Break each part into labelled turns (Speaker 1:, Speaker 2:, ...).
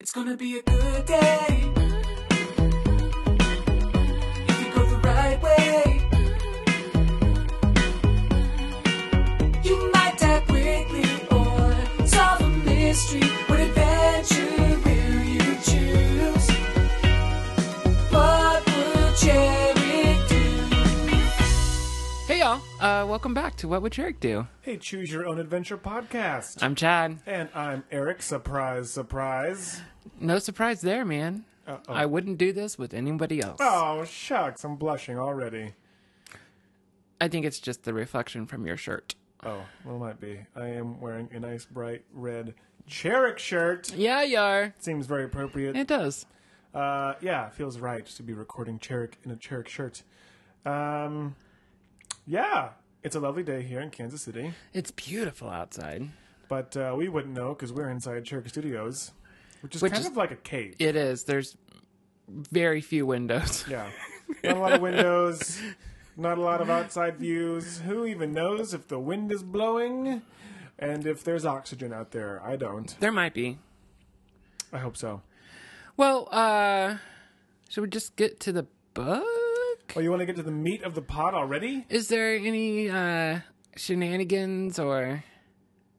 Speaker 1: It's gonna be a good day. If you go the right way, you might die quickly or solve a mystery. What adventure will you choose? What will Jerry do?
Speaker 2: Hey y'all, uh, welcome back to What Would Eric Do?
Speaker 3: Hey, Choose Your Own Adventure podcast.
Speaker 2: I'm Chad.
Speaker 3: and I'm Eric. Surprise, surprise.
Speaker 2: No surprise there, man.
Speaker 3: Uh-oh.
Speaker 2: I wouldn't do this with anybody else.
Speaker 3: Oh, shucks. I'm blushing already.
Speaker 2: I think it's just the reflection from your shirt.
Speaker 3: Oh, well, it might be. I am wearing a nice bright red Cherick shirt.
Speaker 2: Yeah, you are.
Speaker 3: Seems very appropriate.
Speaker 2: It does.
Speaker 3: Uh, yeah, feels right to be recording Cherick in a Cherick shirt. Um, yeah, it's a lovely day here in Kansas City,
Speaker 2: It's beautiful outside.
Speaker 3: but uh, we wouldn't know because we're inside Cherick Studios, which is
Speaker 2: Which
Speaker 3: kind
Speaker 2: is-
Speaker 3: of like a cave.
Speaker 2: It is. There's very few windows.
Speaker 3: Yeah. Not a lot of windows, not a lot of outside views. Who even knows if the wind is blowing and if there's oxygen out there? I don't.
Speaker 2: There might be.
Speaker 3: I hope so.
Speaker 2: Well, uh, should we just get to the book?
Speaker 3: Oh, you want to get to the meat of the pot already?
Speaker 2: Is there any uh, shenanigans or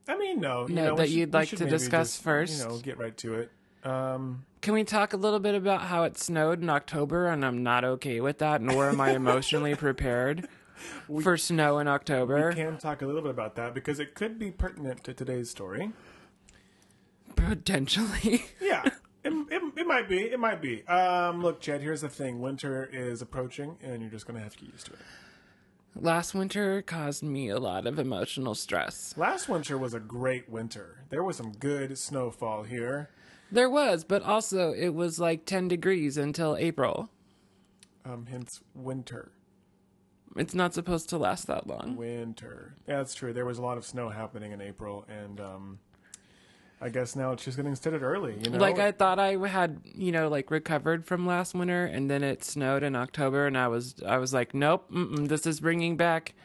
Speaker 3: I mean, no. You
Speaker 2: No,
Speaker 3: we
Speaker 2: that
Speaker 3: should-
Speaker 2: you'd
Speaker 3: we
Speaker 2: like
Speaker 3: should
Speaker 2: to
Speaker 3: maybe
Speaker 2: discuss
Speaker 3: just,
Speaker 2: first?
Speaker 3: You know, get right to it. Um,
Speaker 2: Can we talk a little bit about how it snowed in October and I'm not okay with that, nor am I emotionally prepared for snow in October?
Speaker 3: can talk a little bit about that because it could be pertinent to today's story.
Speaker 2: Potentially.
Speaker 3: Yeah. It, it, it might be. It might be. Um, look, Chad, here's the thing. Winter is approaching, and you're just going to have to get used to it.
Speaker 2: Last winter caused me a lot of emotional stress.
Speaker 3: Last winter was a great winter. There was some good snowfall here.
Speaker 2: There was, but also it was like 10 degrees until April.
Speaker 3: Um, hence winter.
Speaker 2: It's not supposed to last that long.
Speaker 3: Winter. Yeah, that's true. There was a lot of snow happening in April, and um, I guess now it's just getting started early. You know,
Speaker 2: Like I thought I had, you know, like recovered from last winter and then it snowed in October and I was I was like, nope, mm-mm, this is bringing back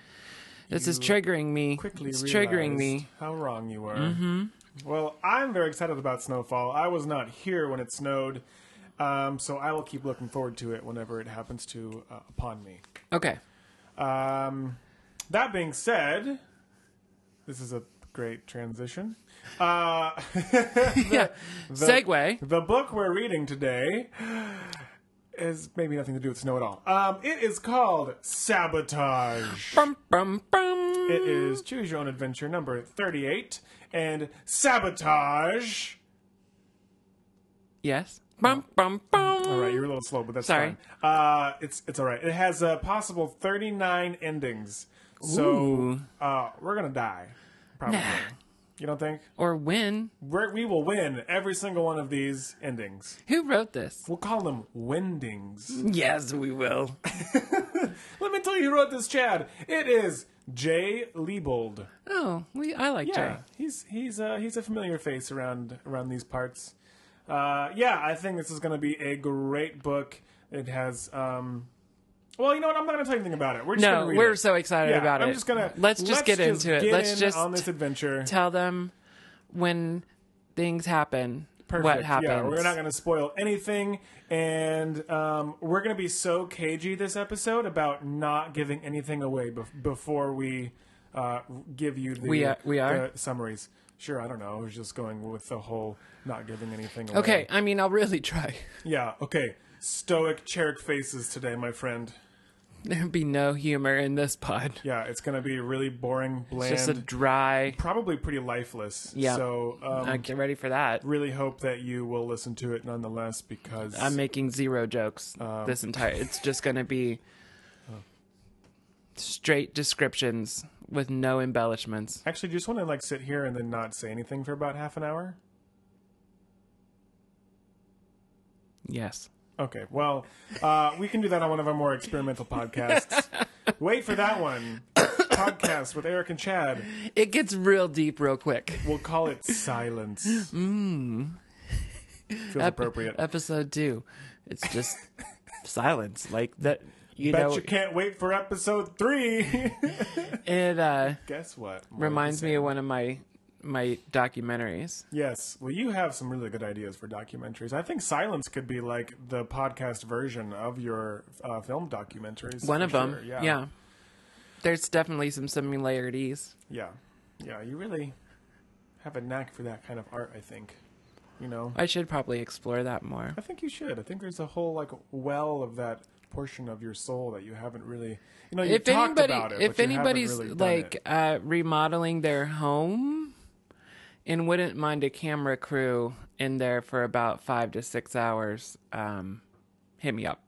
Speaker 2: this is triggering me.
Speaker 3: quickly
Speaker 2: it's
Speaker 3: realized
Speaker 2: triggering me.
Speaker 3: how wrong you were. Mm-hmm. Well, I'm very excited about snowfall. I was not here when it snowed, um, so I will keep looking forward to it whenever it happens to uh, upon me.
Speaker 2: Okay.
Speaker 3: Um, that being said, this is a great transition. Uh,
Speaker 2: yeah. Segway.
Speaker 3: the book we're reading today is maybe nothing to do with snow at all. Um, it is called Sabotage.
Speaker 2: Bum, bum, bum.
Speaker 3: It is Choose Your Own Adventure number 38, and Sabotage.
Speaker 2: yes. Bum, bum, bum.
Speaker 3: All right, you're a little slow, but that's
Speaker 2: Sorry.
Speaker 3: fine. Uh, it's it's all right. It has a possible 39 endings, so
Speaker 2: Ooh.
Speaker 3: uh, we're gonna die probably.
Speaker 2: Nah.
Speaker 3: You don't think?
Speaker 2: Or when?
Speaker 3: We're, we will win every single one of these endings.
Speaker 2: Who wrote this?
Speaker 3: We'll call them wendings.
Speaker 2: Yes, we will.
Speaker 3: Let me tell you who wrote this, Chad. It is Jay Liebold.
Speaker 2: Oh, we, I like
Speaker 3: Yeah,
Speaker 2: Jay.
Speaker 3: he's he's uh, he's a familiar face around around these parts. Uh, yeah, I think this is going to be a great book. It has. Um, well, you know what? I'm not going to tell you anything about it. We're just
Speaker 2: No,
Speaker 3: gonna read
Speaker 2: we're
Speaker 3: it.
Speaker 2: so excited
Speaker 3: Yeah,
Speaker 2: about
Speaker 3: I'm
Speaker 2: it.
Speaker 3: just gonna
Speaker 2: let's just get into it.
Speaker 3: get
Speaker 2: Let's
Speaker 3: in
Speaker 2: just
Speaker 3: on this adventure.
Speaker 2: tell them when things happen,
Speaker 3: Perfect.
Speaker 2: what happens.
Speaker 3: Yeah, we're not going to spoil anything, and um, we're going to be so cagey this episode about not giving anything away bef- before we uh, give you the
Speaker 2: We are- we are?
Speaker 3: the summaries. Sure, I don't know. I was just going with the whole not giving anything away.
Speaker 2: okay, I mean, I'll really try.
Speaker 3: Yeah. Okay. Stoic Cheric faces today, my friend.
Speaker 2: There'd be no humor in this pod.
Speaker 3: Yeah, it's going to be really boring, bland,
Speaker 2: Just a dry.
Speaker 3: probably pretty lifeless.
Speaker 2: Yeah.
Speaker 3: So um,
Speaker 2: I get ready for that.
Speaker 3: really hope that you will listen to it nonetheless because
Speaker 2: I'm making zero jokes this entire. It's just going to be Oh. straight descriptions with no embellishments.
Speaker 3: Actually, do you just want to like sit here and then not say anything for about half an hour?
Speaker 2: Yes.
Speaker 3: Okay, well, uh, we can do that on one of our more experimental podcasts. Wait for that one. Podcast with Eric and Chad.
Speaker 2: It gets real deep real quick.
Speaker 3: We'll call it Silence.
Speaker 2: Mm.
Speaker 3: Feels appropriate.
Speaker 2: Episode 2. It's just silence like that you
Speaker 3: Bet
Speaker 2: know
Speaker 3: you can't wait for episode three.
Speaker 2: it uh
Speaker 3: Oh, Guess what? More of the
Speaker 2: reminds me
Speaker 3: same.
Speaker 2: of one of my my documentaries.
Speaker 3: Yes. Well, you have some really good ideas for documentaries. I think Silence could be like the podcast version of your uh, film documentaries.
Speaker 2: One
Speaker 3: for
Speaker 2: of them,
Speaker 3: sure.
Speaker 2: yeah. There's definitely some similarities.
Speaker 3: Yeah. Yeah. You really have a knack for that kind of art, I think. You know?
Speaker 2: I should probably explore that more.
Speaker 3: I think you should. I think there's a whole like well of that portion of your soul that you haven't really you know you
Speaker 2: If
Speaker 3: talked
Speaker 2: anybody,
Speaker 3: about it.
Speaker 2: if
Speaker 3: but you haven't
Speaker 2: anybody's
Speaker 3: really done
Speaker 2: like
Speaker 3: it.
Speaker 2: uh, remodeling their home and wouldn't mind a camera crew in there for about five to six hours, um, hit me up.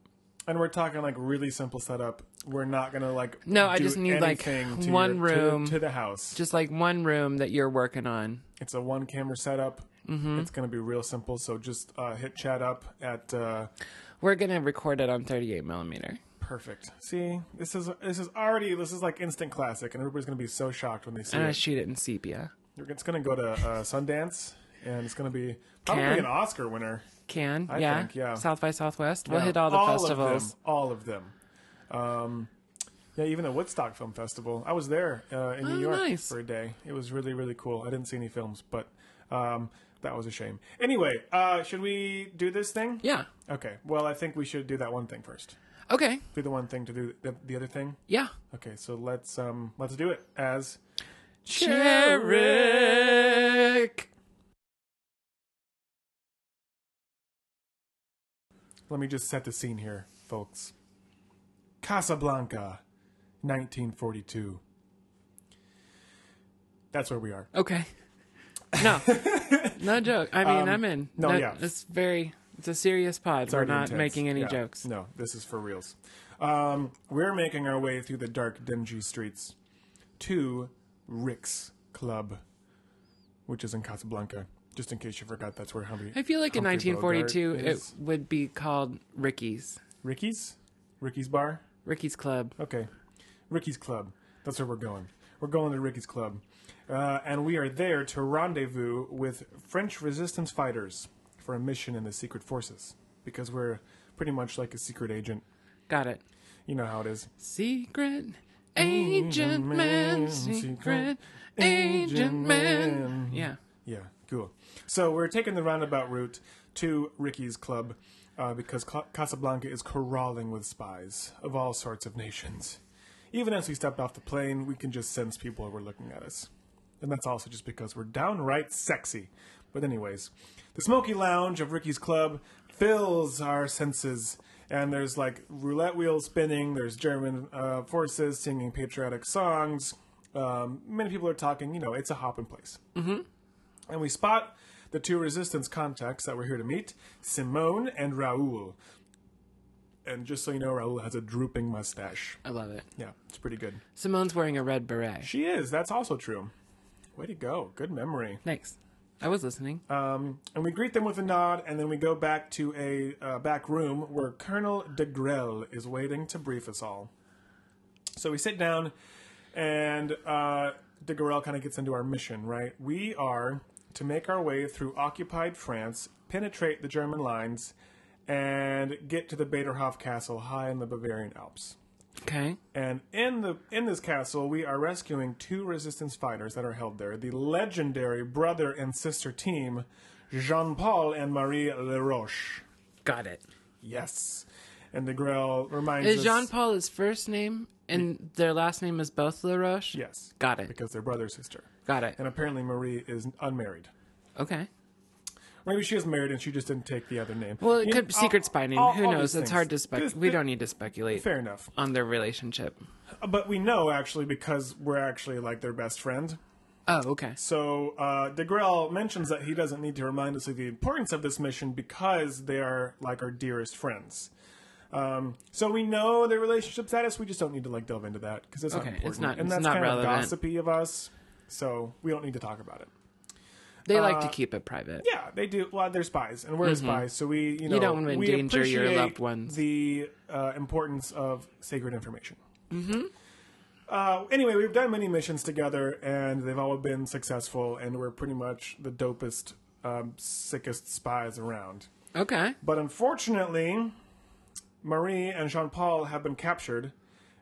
Speaker 3: and we're talking like really simple setup. We're not gonna like
Speaker 2: No, I
Speaker 3: do
Speaker 2: just need, like,
Speaker 3: anything to
Speaker 2: one
Speaker 3: your- to-
Speaker 2: room.
Speaker 3: to, the house.
Speaker 2: Just like one room that you're working on.
Speaker 3: it's a one camera setup.
Speaker 2: Mm-hmm.
Speaker 3: It's gonna be real simple. So just uh, hit chat up at uh,
Speaker 2: We're gonna record it on 38 millimeter.
Speaker 3: perfect. See, this is this is already this is like instant classic, and everybody's gonna be so shocked when they see
Speaker 2: I'm gonna
Speaker 3: it.
Speaker 2: shoot it in sepia.
Speaker 3: it's gonna go to uh, Sundance, and it's gonna be probably
Speaker 2: Can?
Speaker 3: an Oscar winner.
Speaker 2: Can
Speaker 3: I
Speaker 2: yeah.
Speaker 3: think, yeah.
Speaker 2: South by Southwest. We'll
Speaker 3: Yeah,
Speaker 2: hit all the
Speaker 3: Of
Speaker 2: festivals.
Speaker 3: them, all of them. Um, yeah, even the Woodstock Film Festival. I was there uh, in
Speaker 2: Oh,
Speaker 3: New York
Speaker 2: nice.
Speaker 3: for a day. It was really, really cool. I didn't see any films, but um, that was a shame. Anyway, uh, should we do this thing?
Speaker 2: Yeah.
Speaker 3: Okay. Well, I think we should do that one thing first.
Speaker 2: Okay.
Speaker 3: Do the one thing to do the, the other thing.
Speaker 2: Yeah.
Speaker 3: Okay, so let's um, let's do it as
Speaker 2: Cherick.
Speaker 3: Let me just set the scene here, folks. Casablanca, 1942. That's where we are.
Speaker 2: Okay. No. no joke. I mean, I'm in.
Speaker 3: Um, no, yeah.
Speaker 2: It's very. It's a serious pod. We're
Speaker 3: already
Speaker 2: not
Speaker 3: intense.
Speaker 2: making any
Speaker 3: Yeah.
Speaker 2: jokes.
Speaker 3: No, this is for reals. Um, we're making our way through the dark, dingy streets to Rick's Club, which is in Casablanca. Just in case you forgot, that's where Humphrey.
Speaker 2: I feel like
Speaker 3: Humphrey
Speaker 2: in
Speaker 3: Bogart
Speaker 2: 1942
Speaker 3: is.
Speaker 2: it would be called Ricky's.
Speaker 3: Ricky's, Ricky's bar.
Speaker 2: Ricky's Club.
Speaker 3: Okay. Ricky's Club. That's where we're going. We're going to Ricky's Club. Uh, and we are there to rendezvous with French resistance fighters for a mission in the secret forces. Because we're pretty much like a secret agent.
Speaker 2: Got it.
Speaker 3: You know how it is.
Speaker 2: Secret agent man. Secret agent man. Yeah.
Speaker 3: Yeah, cool. So we're taking the roundabout route to Ricky's Club uh, because Ca- Casablanca is corralling with spies of all sorts of nations. Even as we step off the plane, we can just sense people were looking at us. And that's also just because we're downright sexy. But, anyways, the smoky lounge of Ricky's Club fills our senses. And there's like roulette wheels spinning, there's German uh, forces singing patriotic songs. Um, many people are talking, you know, it's a hopping place and we spot the two resistance contacts that we're here to meet Simone and Raoul. And just so you know, Raoul has a drooping mustache.
Speaker 2: I love it.
Speaker 3: Yeah, it's pretty good.
Speaker 2: Simone's wearing a red beret.
Speaker 3: She is. That's also true. Way to go. Good memory.
Speaker 2: Thanks. I was listening.
Speaker 3: Um, and we greet them with a nod, and then we go back to a uh, back room where Colonel de Grelle is waiting to brief us all. So we sit down, and uh, de Grelle kind of gets into our mission, right? We are to make our way through occupied France, penetrate the German lines, and get to the Baderhof Castle high in the Bavarian Alps.
Speaker 2: okay.
Speaker 3: And in the in this castle, we are rescuing two resistance fighters that are held there. The legendary brother and sister team, Jean Paul and Marie Laroche.
Speaker 2: Got it.
Speaker 3: Yes. And the grill reminds
Speaker 2: Is
Speaker 3: us.
Speaker 2: Jean Paul his first name and their last name is both LaRoche?
Speaker 3: Yes.
Speaker 2: Got it.
Speaker 3: Because they're brother and sister.
Speaker 2: Got it.
Speaker 3: And apparently Marie is unmarried.
Speaker 2: Okay.
Speaker 3: Or maybe she is married and she just didn't take the other name.
Speaker 2: Well, it
Speaker 3: You
Speaker 2: could
Speaker 3: know,
Speaker 2: secret
Speaker 3: all-
Speaker 2: spy name.
Speaker 3: all-
Speaker 2: Who
Speaker 3: all
Speaker 2: knows?
Speaker 3: these
Speaker 2: It's
Speaker 3: things.
Speaker 2: hard to spec.
Speaker 3: This-
Speaker 2: we
Speaker 3: thi-
Speaker 2: don't need to speculate
Speaker 3: Fair enough.
Speaker 2: on their relationship.
Speaker 3: But we know actually because we're actually like their best friend.
Speaker 2: Oh, okay.
Speaker 3: So uh, DeGrelle mentions that he doesn't need to remind us of the importance of this mission because they are like our dearest friends. Um, so we know their relationship status. We just don't need to like delve into that because it's not
Speaker 2: Okay, it's
Speaker 3: important,
Speaker 2: not-
Speaker 3: and
Speaker 2: it's
Speaker 3: that's
Speaker 2: not
Speaker 3: kind
Speaker 2: relevant.
Speaker 3: of gossipy of us. So we don't need to talk about it.
Speaker 2: They like
Speaker 3: Uh,
Speaker 2: to keep it private.
Speaker 3: Yeah, they do. Well, they're spies, and we're spies, so we you know
Speaker 2: Mm-hmm. don't wanna
Speaker 3: we
Speaker 2: endanger your
Speaker 3: appreciate
Speaker 2: loved ones.
Speaker 3: The uh, importance of sacred information. Mm-hmm. Uh, anyway, we've done many missions together, and they've all been successful, and we're pretty much the dopest, um, sickest spies around.
Speaker 2: Okay.
Speaker 3: But unfortunately, Marie and Jean Paul have been captured,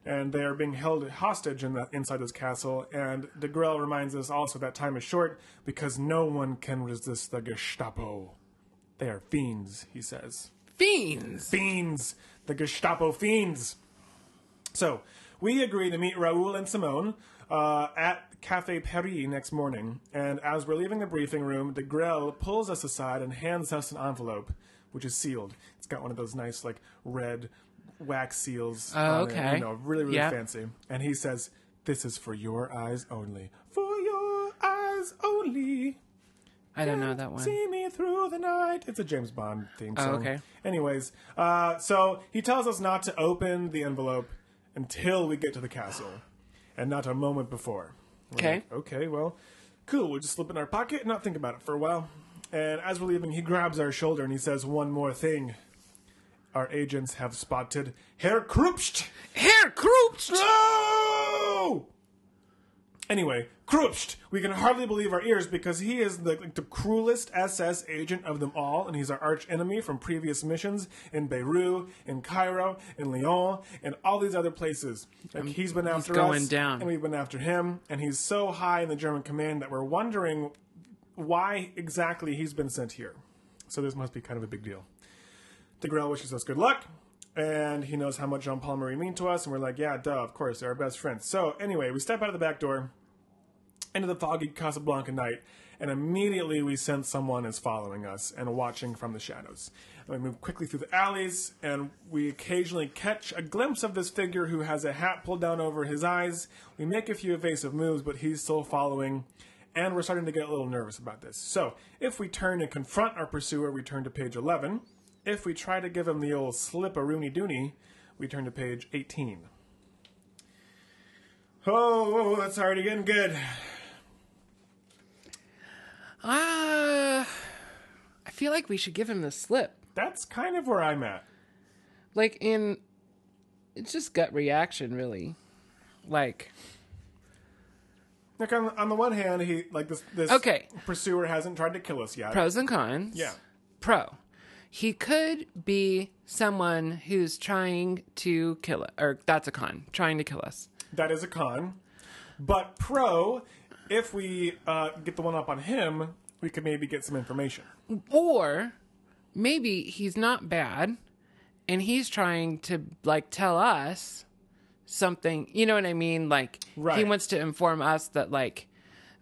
Speaker 3: and they are being held hostage in the, inside this castle. And De Grelle reminds us also that time is short because no one can resist the Gestapo. They are fiends, he says.
Speaker 2: Fiends.
Speaker 3: Fiends! The Gestapo fiends! So, we agree to meet Raoul and Simone uh, at Cafe Paris next morning, and as we're leaving the briefing room, de Grelle pulls us aside and hands us an envelope, which is sealed. It's got one of those nice, like, red wax seals.
Speaker 2: Oh,
Speaker 3: on it,
Speaker 2: okay.
Speaker 3: you know, really, really
Speaker 2: Yeah.
Speaker 3: fancy. And he says, This is for your eyes only. For your eyes only.
Speaker 2: I don't know that one. Oh,
Speaker 3: See me through the night. It's a James Bond theme song.
Speaker 2: okay.
Speaker 3: Anyways, uh, so he tells us not to open the envelope until we get to the castle, and not a moment before. We're
Speaker 2: Okay.
Speaker 3: like, okay. Well, cool. We'll just slip it in our pocket and not think about it for a while. And as we're leaving, he grabs our shoulder and he says one more thing. Our agents have spotted Herr Krupst.
Speaker 2: Herr Krupst.
Speaker 3: No! Anyway, Krupst. We can hardly believe our ears because he is the, like, the cruelest SS agent of them all, and he's our arch enemy from previous missions in Beirut, in Cairo, in Lyon, and all these other places. Like he's been after
Speaker 2: going
Speaker 3: us,
Speaker 2: down.
Speaker 3: and we've been after him, and he's so high in the German command that we're wondering why exactly he's been sent here. So this must be kind of a big deal. De Grelle wishes us good luck, and he knows how much Jean Paul Marie mean to us, and we're like, yeah, duh, of course, they're our best friends. So anyway, we step out of the back door into the foggy Casablanca night, and immediately we sense someone is following us and watching from the shadows. And we move quickly through the alleys, and we occasionally catch a glimpse of this figure who has a hat pulled down over his eyes. We make a few evasive moves, but he's still following, and we're starting to get a little nervous about this. So, if we turn and confront our pursuer, we turn to page 11. If we try to give him the old slip a rooney dooney, we turn to page 18. Oh, that's already getting good.
Speaker 2: Ah. I feel like we should give him the slip.
Speaker 3: That's kind of where I'm at.
Speaker 2: Like in, it's just gut reaction, really. Like,
Speaker 3: Like on, on the one hand, he like this this
Speaker 2: Okay.
Speaker 3: pursuer hasn't tried to kill us yet.
Speaker 2: pros and cons.
Speaker 3: Yeah,
Speaker 2: pro. He could be someone who's trying to kill us, or that's a con, trying to kill us.
Speaker 3: that is a con. But pro, if we uh, get the one up on him, we could maybe get some information.
Speaker 2: Or maybe he's not bad and he's trying to like tell us something, you know what I mean? Like he
Speaker 3: Right.
Speaker 2: wants to inform us that like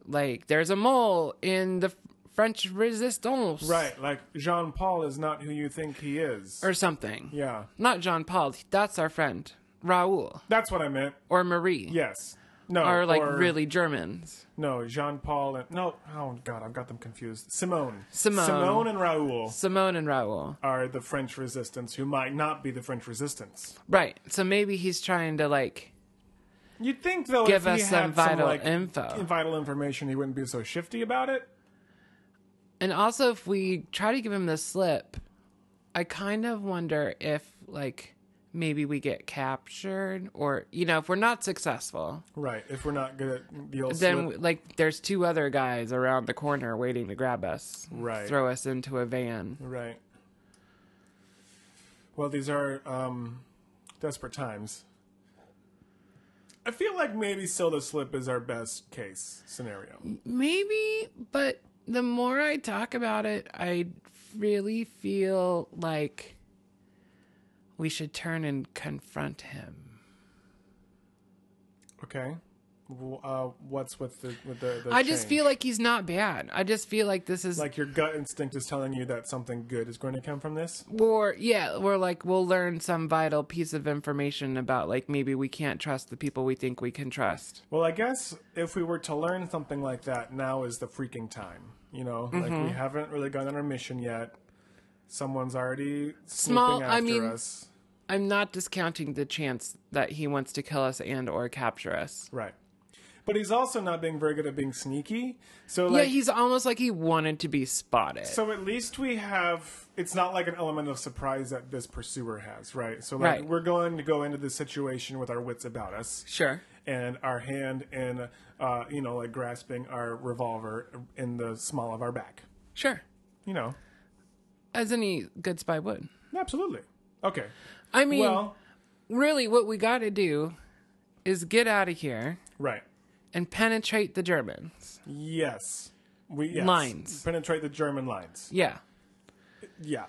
Speaker 2: like there's a mole in the French resistance
Speaker 3: Right, like Jean Paul is not who you think he is.
Speaker 2: or something.
Speaker 3: yeah,
Speaker 2: Not Jean Paul, that's our friend, Raoul
Speaker 3: that's what I meant.
Speaker 2: or Marie.
Speaker 3: Yes. No.
Speaker 2: Are like really Germans.
Speaker 3: No, Jean Paul and no. Oh God, I've got them confused. Simone.
Speaker 2: Simone.
Speaker 3: Simone and Raoul
Speaker 2: Simone and Raoul.
Speaker 3: are the French resistance who might not be the French resistance.
Speaker 2: Right. So maybe he's trying to like
Speaker 3: You'd think though,
Speaker 2: Give
Speaker 3: if he
Speaker 2: us some
Speaker 3: had
Speaker 2: vital
Speaker 3: like,
Speaker 2: info.
Speaker 3: vital information, he wouldn't be so shifty about it.
Speaker 2: and also if we try to give him the slip, I kind of wonder if like maybe we get captured or you know, if we're not successful,
Speaker 3: Right. If we're not good at the old
Speaker 2: then
Speaker 3: slip.
Speaker 2: like there's two other guys around the corner waiting to grab us.
Speaker 3: Right.
Speaker 2: Throw us into a van.
Speaker 3: Right. Well, these are um, desperate times. I feel like maybe still the slip is our best case scenario.
Speaker 2: Maybe, but the more I talk about it, I really feel like we should turn and confront him.
Speaker 3: Okay. W- Uh, what's with the with the? the
Speaker 2: I just
Speaker 3: change?
Speaker 2: feel like he's not bad. I just feel like this is
Speaker 3: like your gut instinct is telling you that something good is going to come from this.
Speaker 2: we're yeah, we're like we'll learn some vital piece of information about like maybe we can't trust the people we think we can trust.
Speaker 3: Well, I guess if we were to learn something like that, now is the freaking time. You know,
Speaker 2: Mm-hmm.
Speaker 3: like we haven't really gone on our mission yet. Someone's already
Speaker 2: Small-
Speaker 3: snooping
Speaker 2: I
Speaker 3: after
Speaker 2: mean-
Speaker 3: us.
Speaker 2: I'm not discounting the chance that he wants to kill us and or capture us.
Speaker 3: Right. But he's also not being very good at being sneaky. So like
Speaker 2: yeah, he's almost like he wanted to be spotted.
Speaker 3: so at least we have it's not like an element of surprise that this pursuer has, right? So like
Speaker 2: Right.
Speaker 3: we're going to go into this situation with our wits about us.
Speaker 2: sure.
Speaker 3: and our hand in, uh, you know, like grasping our revolver in the small of our back.
Speaker 2: Sure.
Speaker 3: You know,
Speaker 2: As any good spy would.
Speaker 3: absolutely. Okay.
Speaker 2: I mean,
Speaker 3: well,
Speaker 2: really what we got to do is get out of here
Speaker 3: Right.
Speaker 2: and penetrate the Germans.
Speaker 3: Yes. We yes.
Speaker 2: Lines.
Speaker 3: Penetrate the German lines.
Speaker 2: Yeah.
Speaker 3: Yeah.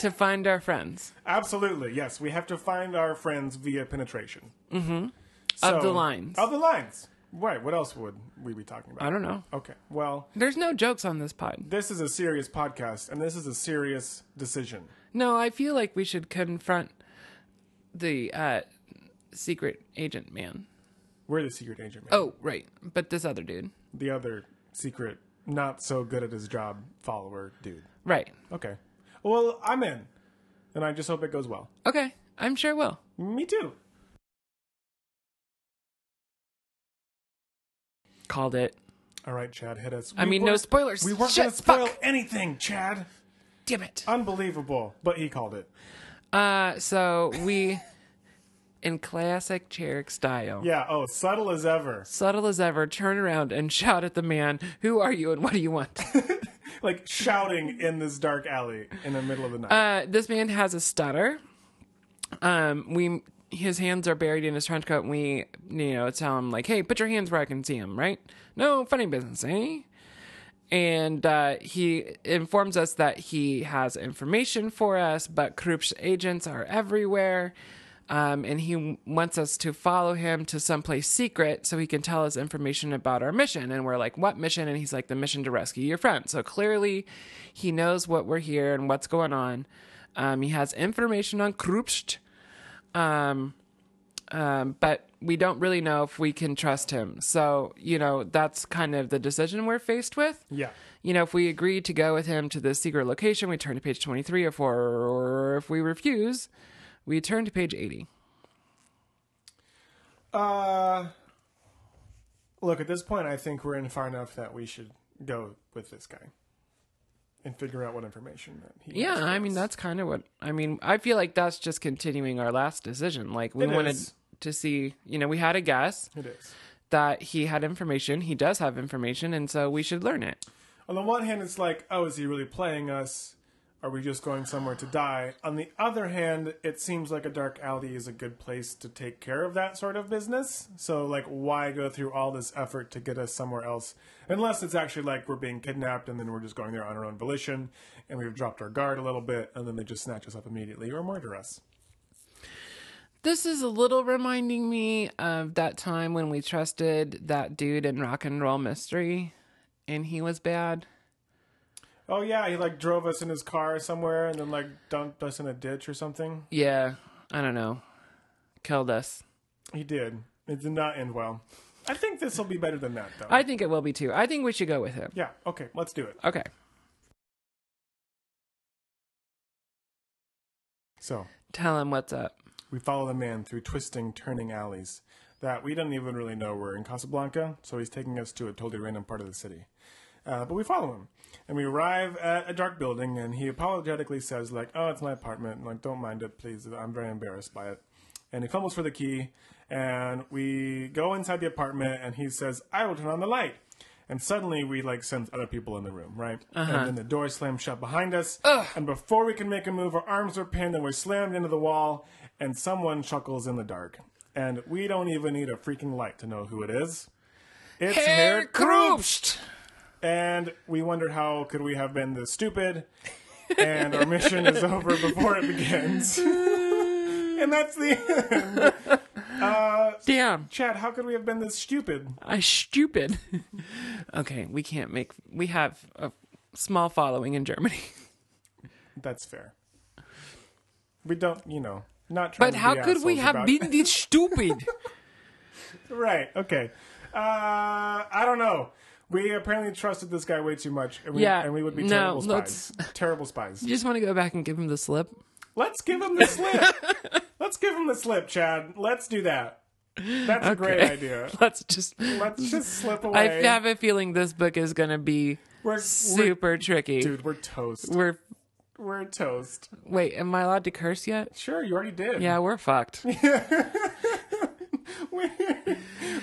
Speaker 2: To find our friends
Speaker 3: Absolutely. Yes. We have to find our friends via penetration. Mm-hmm.
Speaker 2: of the lines.
Speaker 3: Of the lines. Right. What else would we be talking about?
Speaker 2: I don't know.
Speaker 3: Okay. Well,
Speaker 2: There's no jokes on this pod.
Speaker 3: this is a serious podcast, and this is a serious decision.
Speaker 2: No, I feel like we should confront the uh, secret agent man.
Speaker 3: We're the secret agent, man.
Speaker 2: Oh, right. But this other dude.
Speaker 3: The other secret, not so good at his job follower dude.
Speaker 2: Right.
Speaker 3: Okay. Well, I'm in, and I just hope it goes well.
Speaker 2: Okay. I'm sure it will.
Speaker 3: Me too.
Speaker 2: Called it.
Speaker 3: All right, Chad, hit us.
Speaker 2: I mean, no
Speaker 3: weren't-
Speaker 2: spoilers.
Speaker 3: We weren't
Speaker 2: Shit,
Speaker 3: going to spoil
Speaker 2: fuck.
Speaker 3: anything, Chad.
Speaker 2: Damn it.
Speaker 3: Unbelievable. But he called it.
Speaker 2: Uh, so we, in classic Cherrick style,
Speaker 3: Yeah, oh, subtle as ever.
Speaker 2: subtle as ever, turn around and shout at the man, Who are you and what do you want?
Speaker 3: Like shouting in this dark alley in the middle of the night.
Speaker 2: uh, this man has a stutter. Um, we his hands are buried in his trench coat, and we you know tell him like, "Hey, put your hands where I can see them." Right? No funny business, eh? And uh, he informs us that he has information for us, but Krup's agents are everywhere. Um, and he w- wants us to follow him to someplace secret so he can tell us information about our mission. And we're like, What mission? And he's like, The mission to rescue your friend. So clearly, he knows what we're here and what's going on. Um, he has information on Krupst, um, um, but we don't really know if we can trust him. So, you know, that's kind of the decision we're faced with.
Speaker 3: yeah.
Speaker 2: You know, if we agree to go with him to this secret location, we turn to page 23 or 4, or if we refuse, we turn to page 80.
Speaker 3: Uh, look, at this point, I think we're in far enough that we should go with this guy and figure out what information that he
Speaker 2: Yeah,
Speaker 3: has for
Speaker 2: I mean,
Speaker 3: us.
Speaker 2: that's kind of what I mean. I feel like that's just continuing our last decision. Like, we
Speaker 3: It
Speaker 2: wanted
Speaker 3: is.
Speaker 2: to see, you know, we had a guess
Speaker 3: It is.
Speaker 2: that he had information. He does have information, and so we should learn it.
Speaker 3: On the one hand, it's like, oh, is he really playing us? Are we just going somewhere to die? On the other hand, it seems like a dark alley is a good place to take care of that sort of business. So, like, why go through all this effort to get us somewhere else? Unless it's actually like we're being kidnapped and then we're just going there on our own volition and we've dropped our guard a little bit and then they just snatch us up immediately or murder us.
Speaker 2: This is a little reminding me of that time when we trusted that dude in Rock and Roll Mystery and he was bad.
Speaker 3: Oh, yeah, he like drove us in his car somewhere and then like dumped us in a ditch or something.
Speaker 2: Yeah, I don't know. Killed us.
Speaker 3: He did. It did not end well. I think this will be better than that, though.
Speaker 2: I think it will be too. I think we should go with him.
Speaker 3: Yeah, okay, let's do it.
Speaker 2: Okay.
Speaker 3: So,
Speaker 2: Tell him what's up.
Speaker 3: we follow the man through twisting, turning alleys that we don't even really know we're in Casablanca, so he's taking us to a totally random part of the city. Uh, but we follow him, and we arrive at a dark building, and he apologetically says, like, oh, it's my apartment, like, don't mind it, please, I'm very embarrassed by it. And he fumbles for the key, and we go inside the apartment, and he says, I will turn on the light. And suddenly we like sense other people in the room, right? And then the door slams shut behind us. And before we can make a move, our arms are pinned and we're slammed into the wall. And someone chuckles in the dark. And we don't even need a freaking light to know who it is. It's Herr Krupp. And we wonder how could we have been this stupid? And our mission is over before it begins. and that's the end.
Speaker 2: Damn,
Speaker 3: Chad, how could we have been this stupid?
Speaker 2: I stupid. okay, we can't make. We have a small following in Germany,
Speaker 3: That's fair. We don't, you know, not
Speaker 2: but
Speaker 3: trying to
Speaker 2: how
Speaker 3: be
Speaker 2: could we
Speaker 3: assholes
Speaker 2: have
Speaker 3: about-
Speaker 2: been this stupid?
Speaker 3: Right. Okay. Uh, I don't know. We apparently trusted this guy way too much, and we,
Speaker 2: Yeah,
Speaker 3: and we would be
Speaker 2: no,
Speaker 3: terrible
Speaker 2: let's-
Speaker 3: spies. Terrible spies.
Speaker 2: you just want to go back and give him the slip.
Speaker 3: Let's give him the slip. Let's give him the slip, Chad. Let's do that. That's a great
Speaker 2: Okay.
Speaker 3: idea.
Speaker 2: Let's just.
Speaker 3: Let's just slip
Speaker 2: I
Speaker 3: away.
Speaker 2: have a feeling this book is gonna be
Speaker 3: we're, we're
Speaker 2: super tricky.
Speaker 3: dude. We're toast.
Speaker 2: We're
Speaker 3: We're toast.
Speaker 2: wait. Am I allowed to curse yet?
Speaker 3: Sure, you already did.
Speaker 2: Yeah, we're fucked.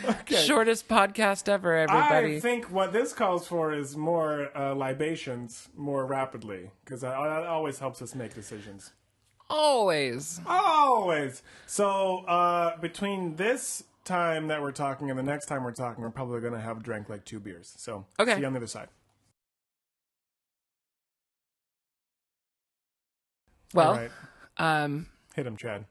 Speaker 3: Okay.
Speaker 2: Shortest podcast ever, everybody.
Speaker 3: I think what this calls for is more uh, libations more rapidly because that, that always helps us make decisions.
Speaker 2: Always.
Speaker 3: Always. So uh, between this time that we're talking and the next time we're talking, we're probably going to have drank like two beers. So
Speaker 2: Okay.
Speaker 3: see you on the other side.
Speaker 2: Well,
Speaker 3: All right.
Speaker 2: um,
Speaker 3: hit him, Chad.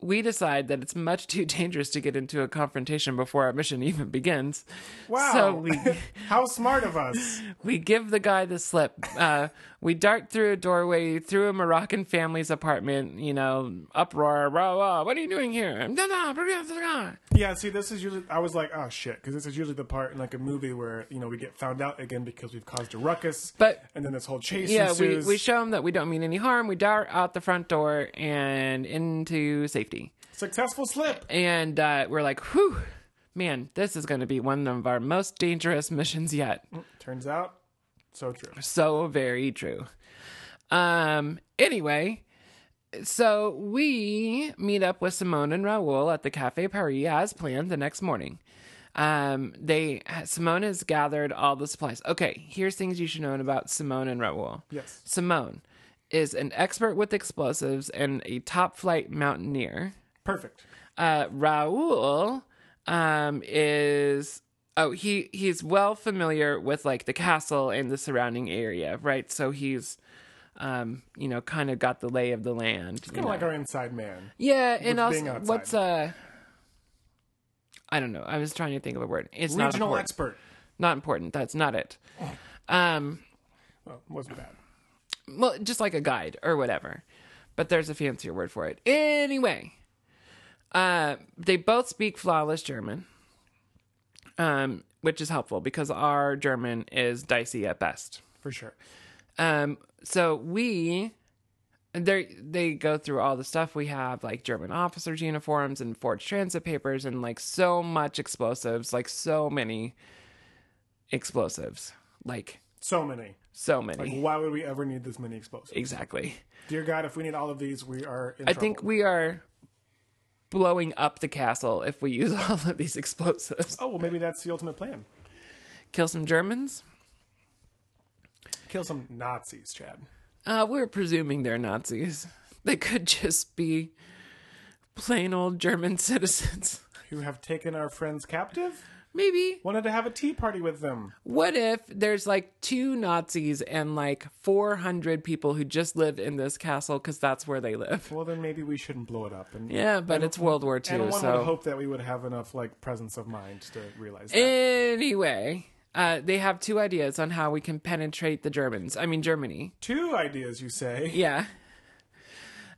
Speaker 2: we decide that it's much too dangerous to get into a confrontation before our mission even begins.
Speaker 3: Wow.
Speaker 2: So we
Speaker 3: How smart of us.
Speaker 2: we give the guy the slip. Uh, we dart through a doorway, through a Moroccan family's apartment. You know, uproar, rah rah. What are you doing here? Da, da, blah, blah, blah, blah.
Speaker 3: Yeah, see, this is usually, I was like, oh shit, because this is usually the part in like a movie where, you know, we get found out again because we've caused a ruckus.
Speaker 2: But-
Speaker 3: and then this whole chase
Speaker 2: Yeah, we,
Speaker 3: ensues.
Speaker 2: we show him that we don't mean any harm. We dart out the front door and into safety.
Speaker 3: Successful slip.
Speaker 2: And uh, we're like, whew, man, this is going to be one of our most dangerous missions yet.
Speaker 3: Turns out, so true.
Speaker 2: So very true. Um anyway, so we meet up with Simone and Raoul at the Cafe Paris as planned the next morning. Um they Simone has gathered all the supplies. Okay, here's things you should know about Simone and Raoul.
Speaker 3: Yes.
Speaker 2: Simone is an expert with explosives and a top flight mountaineer
Speaker 3: Perfect.
Speaker 2: uh, Raul um, is oh he he's well familiar with like the castle and the surrounding area, right? So he's um, you know kind of got the lay of the land. you
Speaker 3: Kind of
Speaker 2: know.
Speaker 3: like our inside man.
Speaker 2: yeah, and
Speaker 3: with being
Speaker 2: also
Speaker 3: outside.
Speaker 2: what's uh I don't know. I was trying to think of a word. It's not
Speaker 3: Regional Oh.
Speaker 2: important.
Speaker 3: expert.
Speaker 2: not important. That's not it. Um,
Speaker 3: Well, wasn't bad.
Speaker 2: well, just like a guide or whatever. But there's a fancier word for it. Anyway, uh, they both speak flawless German, um, which is helpful because our German is dicey at best.
Speaker 3: For sure.
Speaker 2: Um, so we, they they go through all the stuff we have, like German officers' uniforms and forged transit papers, and like so much explosives, like so many explosives, like
Speaker 3: So many.
Speaker 2: so many.
Speaker 3: Like, why would we ever need this many explosives?
Speaker 2: exactly.
Speaker 3: Dear God, if we need all of these, we are in
Speaker 2: I think we are blowing up the castle if we use all of these explosives.
Speaker 3: Oh, well, maybe that's the ultimate plan.
Speaker 2: Kill some Germans?
Speaker 3: Kill some Nazis, Chad.
Speaker 2: Uh, we're presuming they're Nazis. They could just be plain old German citizens.
Speaker 3: Who have taken our friends captive?
Speaker 2: Maybe.
Speaker 3: Wanted to have a tea party with them.
Speaker 2: What if there's like two Nazis and like 400 people who just live in this castle because that's where they live?
Speaker 3: Well, then maybe we shouldn't blow it up. And,
Speaker 2: Yeah, but it's World War
Speaker 3: and
Speaker 2: II,
Speaker 3: one would
Speaker 2: so.
Speaker 3: hope that we would have enough like presence of mind to realize that.
Speaker 2: Anyway, uh, they have two ideas on how we can penetrate the Germans. I mean, Germany.
Speaker 3: Two ideas, you say?
Speaker 2: Yeah.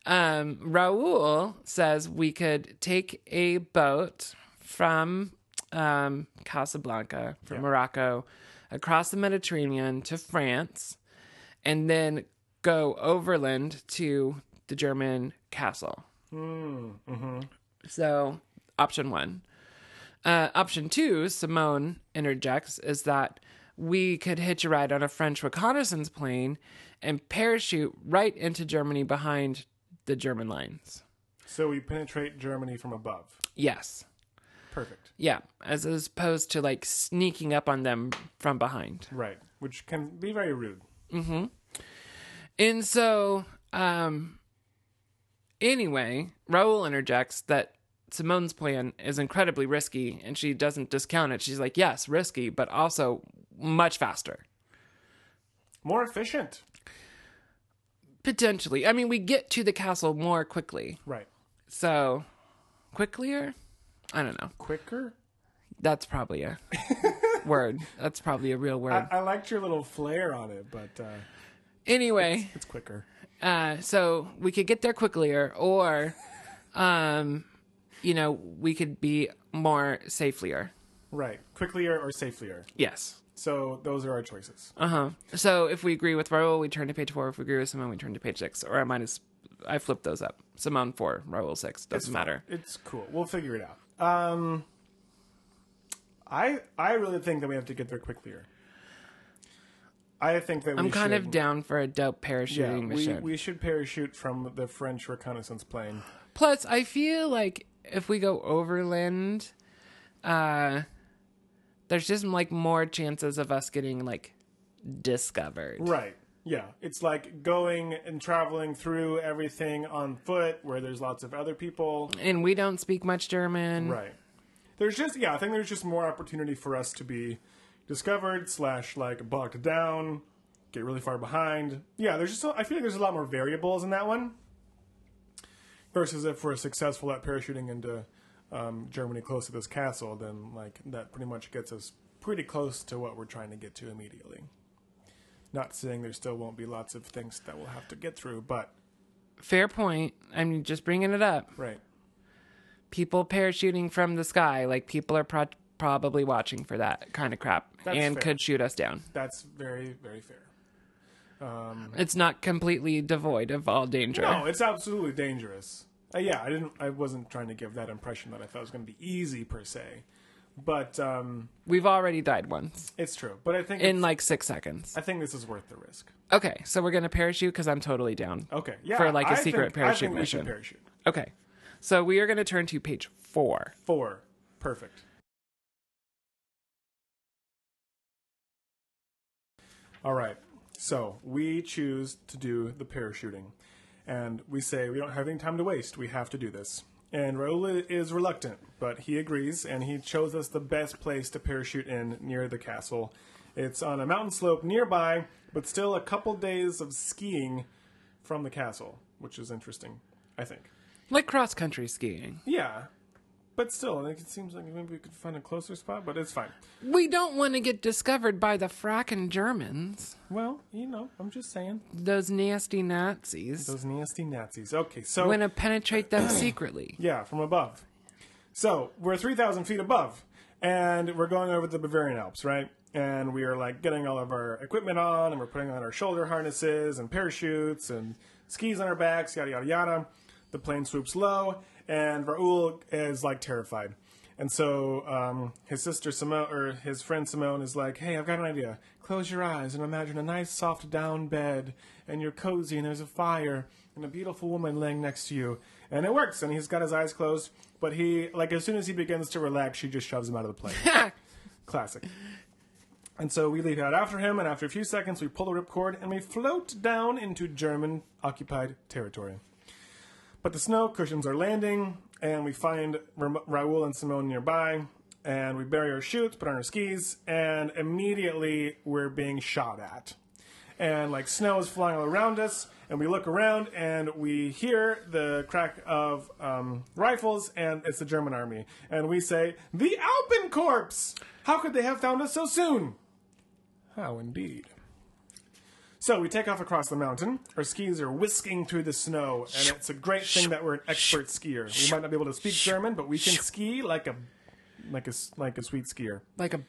Speaker 2: Um, Raul says we could take a boat from um, Casablanca, from Morocco, across the Mediterranean to France, and then go overland to the German castle. So, option one. Uh, option two, Simone interjects, is that we could hitch a ride on a French reconnaissance plane and parachute right into Germany behind the German lines.
Speaker 3: So we penetrate Germany from above.
Speaker 2: Yes.
Speaker 3: Perfect.
Speaker 2: Yeah. As opposed to like sneaking up on them from behind.
Speaker 3: Right. Which can be very rude.
Speaker 2: And so, um, anyway, Raul interjects that Simone's plan is incredibly risky and she doesn't discount it. She's like, yes, risky, but also much faster.
Speaker 3: More efficient.
Speaker 2: Potentially. I mean, we get to the castle more quickly.
Speaker 3: Right.
Speaker 2: So, quicklier? I don't know.
Speaker 3: Quicker.
Speaker 2: That's probably a word. That's probably a real word.
Speaker 3: I, I liked your little flair on it, but uh,
Speaker 2: anyway,
Speaker 3: it's quicker.
Speaker 2: uh, so we could get there quicklier, or, um, you know, we could be more safelier.
Speaker 3: Right. Quicklier or safelier.
Speaker 2: Yes.
Speaker 3: So those are our choices.
Speaker 2: Uh huh. So if we agree with Raul, we turn to page four. If we agree with Simone, we turn to page six. Or I might have, I flipped those up. Simone four, Raul six. Doesn't matter.
Speaker 3: It's cool. We'll figure it out. Um, I I really think that we have to get there quicklier. I think that
Speaker 2: I'm
Speaker 3: we
Speaker 2: kind
Speaker 3: should,
Speaker 2: of down for a dope
Speaker 3: Yeah,
Speaker 2: parachuting
Speaker 3: we,
Speaker 2: mission.
Speaker 3: we should parachute from the French reconnaissance plane.
Speaker 2: Plus, I feel like if we go overland, uh, there's just like more chances of us getting like discovered.
Speaker 3: Right. Yeah, it's like going and traveling through everything on foot where there's lots of other people.
Speaker 2: And we don't speak much German.
Speaker 3: Right. There's just yeah, I think there's just more opportunity for us to be discovered slash like bogged down, get really far behind. Yeah, there's just a- I feel like there's a lot more variables in that one. Versus if we're successful at parachuting into um, Germany close to this castle, then like that pretty much gets us pretty close to what we're trying to get to immediately. Not saying there still won't be lots of things that we'll have to get through, but
Speaker 2: Fair point. I'm just bringing it up.
Speaker 3: right.
Speaker 2: People parachuting from the sky, like people are pro- probably watching for that kind of crap
Speaker 3: That's
Speaker 2: and
Speaker 3: fair.
Speaker 2: could shoot us down.
Speaker 3: That's very, very fair.
Speaker 2: It's not completely devoid of all danger.
Speaker 3: No, it's absolutely dangerous. Uh, yeah, I didn't. I wasn't trying to give that impression that I thought it was going to be easy per se, but um,
Speaker 2: We've already died once
Speaker 3: it's true. But I think
Speaker 2: in
Speaker 3: it's-
Speaker 2: like six seconds.
Speaker 3: I think this is worth the risk.
Speaker 2: Okay, so we're gonna parachute because I'm totally down.
Speaker 3: Okay, yeah,
Speaker 2: For, like, a
Speaker 3: a
Speaker 2: secret
Speaker 3: I
Speaker 2: parachute
Speaker 3: think we should
Speaker 2: mission.
Speaker 3: Parachute
Speaker 2: Okay, so we are gonna turn to page four.
Speaker 3: four, perfect. All right, so we choose to do the parachuting, and we say we don't have any time to waste. We have to do this. And Raul is reluctant, but he agrees, and he chose us the best place to parachute in near the castle. It's on a mountain slope nearby, but still a couple days of skiing from the castle, which is interesting, I think.
Speaker 2: Like cross country skiing.
Speaker 3: Yeah. But still, like, it seems like maybe we could find a closer spot, but it's fine.
Speaker 2: We don't want to get discovered by the frackin' Germans,
Speaker 3: Well, you know, I'm just saying.
Speaker 2: those nasty Nazis.
Speaker 3: Those nasty Nazis. Okay, so.
Speaker 2: We're gonna penetrate them secretly.
Speaker 3: yeah, from above. So, we're 3,000 feet above, and we're going over the Bavarian Alps, right? And we are like getting all of our equipment on, and we're putting on our shoulder harnesses and parachutes and skis on our backs, yada, yada, yada. The plane swoops low, and Raoul is like terrified. And so um, his sister Simone, or his friend Simone, is like, "Hey, I've got an idea. Close your eyes and imagine a nice soft down bed, and you're cozy, and there's a fire, and a beautiful woman laying next to you." And it works. And he's got his eyes closed, but he, like, as soon as he begins to relax, she just shoves him out of the plane.
Speaker 2: Ah,
Speaker 3: Classic. And so we leave out after him, and after a few seconds, we pull the ripcord and we float down into German occupied territory. But the snow cushions our landing, and we find Ra- Raoul and Simone nearby, and we bury our chutes, put on our skis, and immediately we're being shot at. And like snow is flying all around us, and we look around and we hear the crack of um, rifles, and it's the German army. And we say, The Alpenkorps! How could they have found us so soon? How indeed. So we take off across the mountain. Our skis are whisking through the snow, and it's a great thing that we're an expert skier. We might not be able to speak German, but we can ski like a like a s- like a sweet skier.
Speaker 2: like a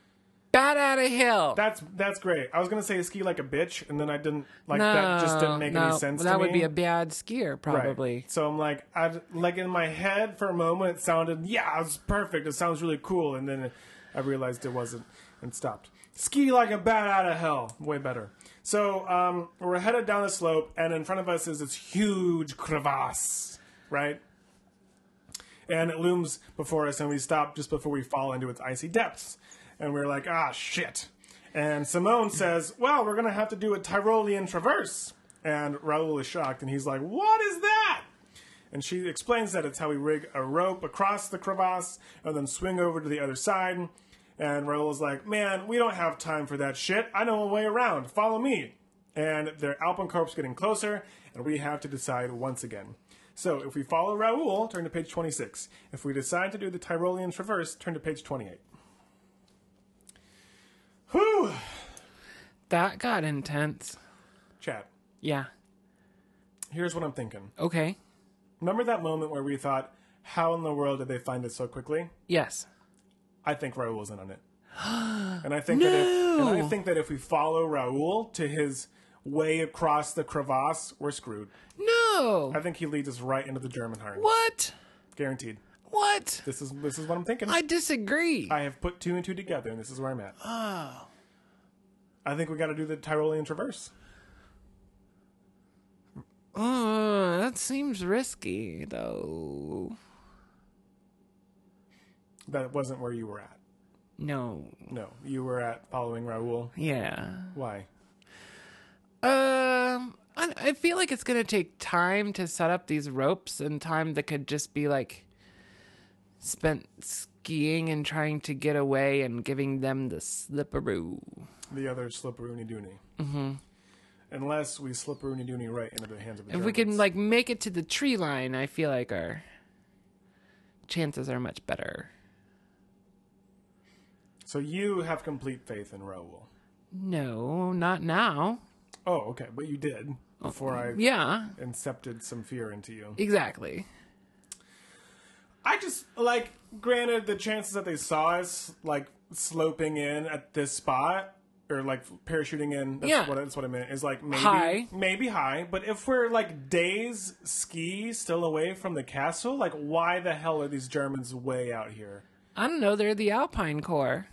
Speaker 2: bat out of hell.
Speaker 3: That's that's great. I was gonna say ski like a bitch, and then I didn't like that. Just didn't make any
Speaker 2: no,
Speaker 3: sense.
Speaker 2: That
Speaker 3: to
Speaker 2: would
Speaker 3: me.
Speaker 2: be a bad skier,
Speaker 3: Right.
Speaker 2: probably.
Speaker 3: So I'm like, I like in my head for a moment it sounded yeah, it's perfect. It sounds really cool, and then I realized it wasn't and stopped. Ski like a bat out of hell, way better. So um, we're headed down the slope, and in front of us is this huge crevasse, right? And it looms before us, and we stop just before we fall into its icy depths. And we're like, ah, shit. And Simone says, well, we're going to have to do a Tyrolean traverse. And Raul is shocked, and he's like, what is that? And she explains that it's how we rig a rope across the crevasse and then swing over to the other side. And Raul is like, man, we don't have time for that shit. I know a way around. Follow me. And their Alpenkorp's getting closer, and we have to decide once again. So if we follow Raul, turn to page 26. If we decide to do the Tyrolean Traverse, turn to page 28. Whew!
Speaker 2: That got intense.
Speaker 3: Chad,
Speaker 2: Yeah.
Speaker 3: here's what I'm thinking.
Speaker 2: Okay.
Speaker 3: Remember that moment where we thought, how in the world did they find us so quickly?
Speaker 2: Yes.
Speaker 3: I think Raul's in on it. And I think that if, and I think that if we follow Raul to his way across the crevasse, we're screwed.
Speaker 2: No.
Speaker 3: I think he leads us right into the German army.
Speaker 2: What?
Speaker 3: Guaranteed.
Speaker 2: What?
Speaker 3: This is this is what I'm thinking.
Speaker 2: I disagree.
Speaker 3: I have put two and two together, and this is where I'm at. Oh. I think we got to do the Tyrolean Traverse.
Speaker 2: Uh, that seems risky, though.
Speaker 3: That wasn't where you were at.
Speaker 2: No.
Speaker 3: No, you were at following Raul.
Speaker 2: Yeah.
Speaker 3: Why?
Speaker 2: Uh, I feel like it's going to take time to set up these ropes and time that could just be like spent skiing and trying to get away and giving them the slipperoo.
Speaker 3: The other slipperoony dooney. Mm-hmm. Unless we slipperoony dooney right into the hands of the
Speaker 2: If we can
Speaker 3: Germans.
Speaker 2: like make it to the tree line, I feel like our chances are much better.
Speaker 3: So you have complete faith in Raoul.
Speaker 2: No, not now.
Speaker 3: Oh, okay, but you did before I
Speaker 2: Oh. Yeah,
Speaker 3: incepted some fear into you.
Speaker 2: exactly.
Speaker 3: I just like granted the chances that they saw us like sloping in at this spot or like parachuting in. That's
Speaker 2: Yeah.
Speaker 3: what that's what I meant. Is like maybe
Speaker 2: High.
Speaker 3: maybe high. But if we're like days ski still away from the castle, like why the hell are these Germans way out here?
Speaker 2: I don't know. They're the Alpine Corps.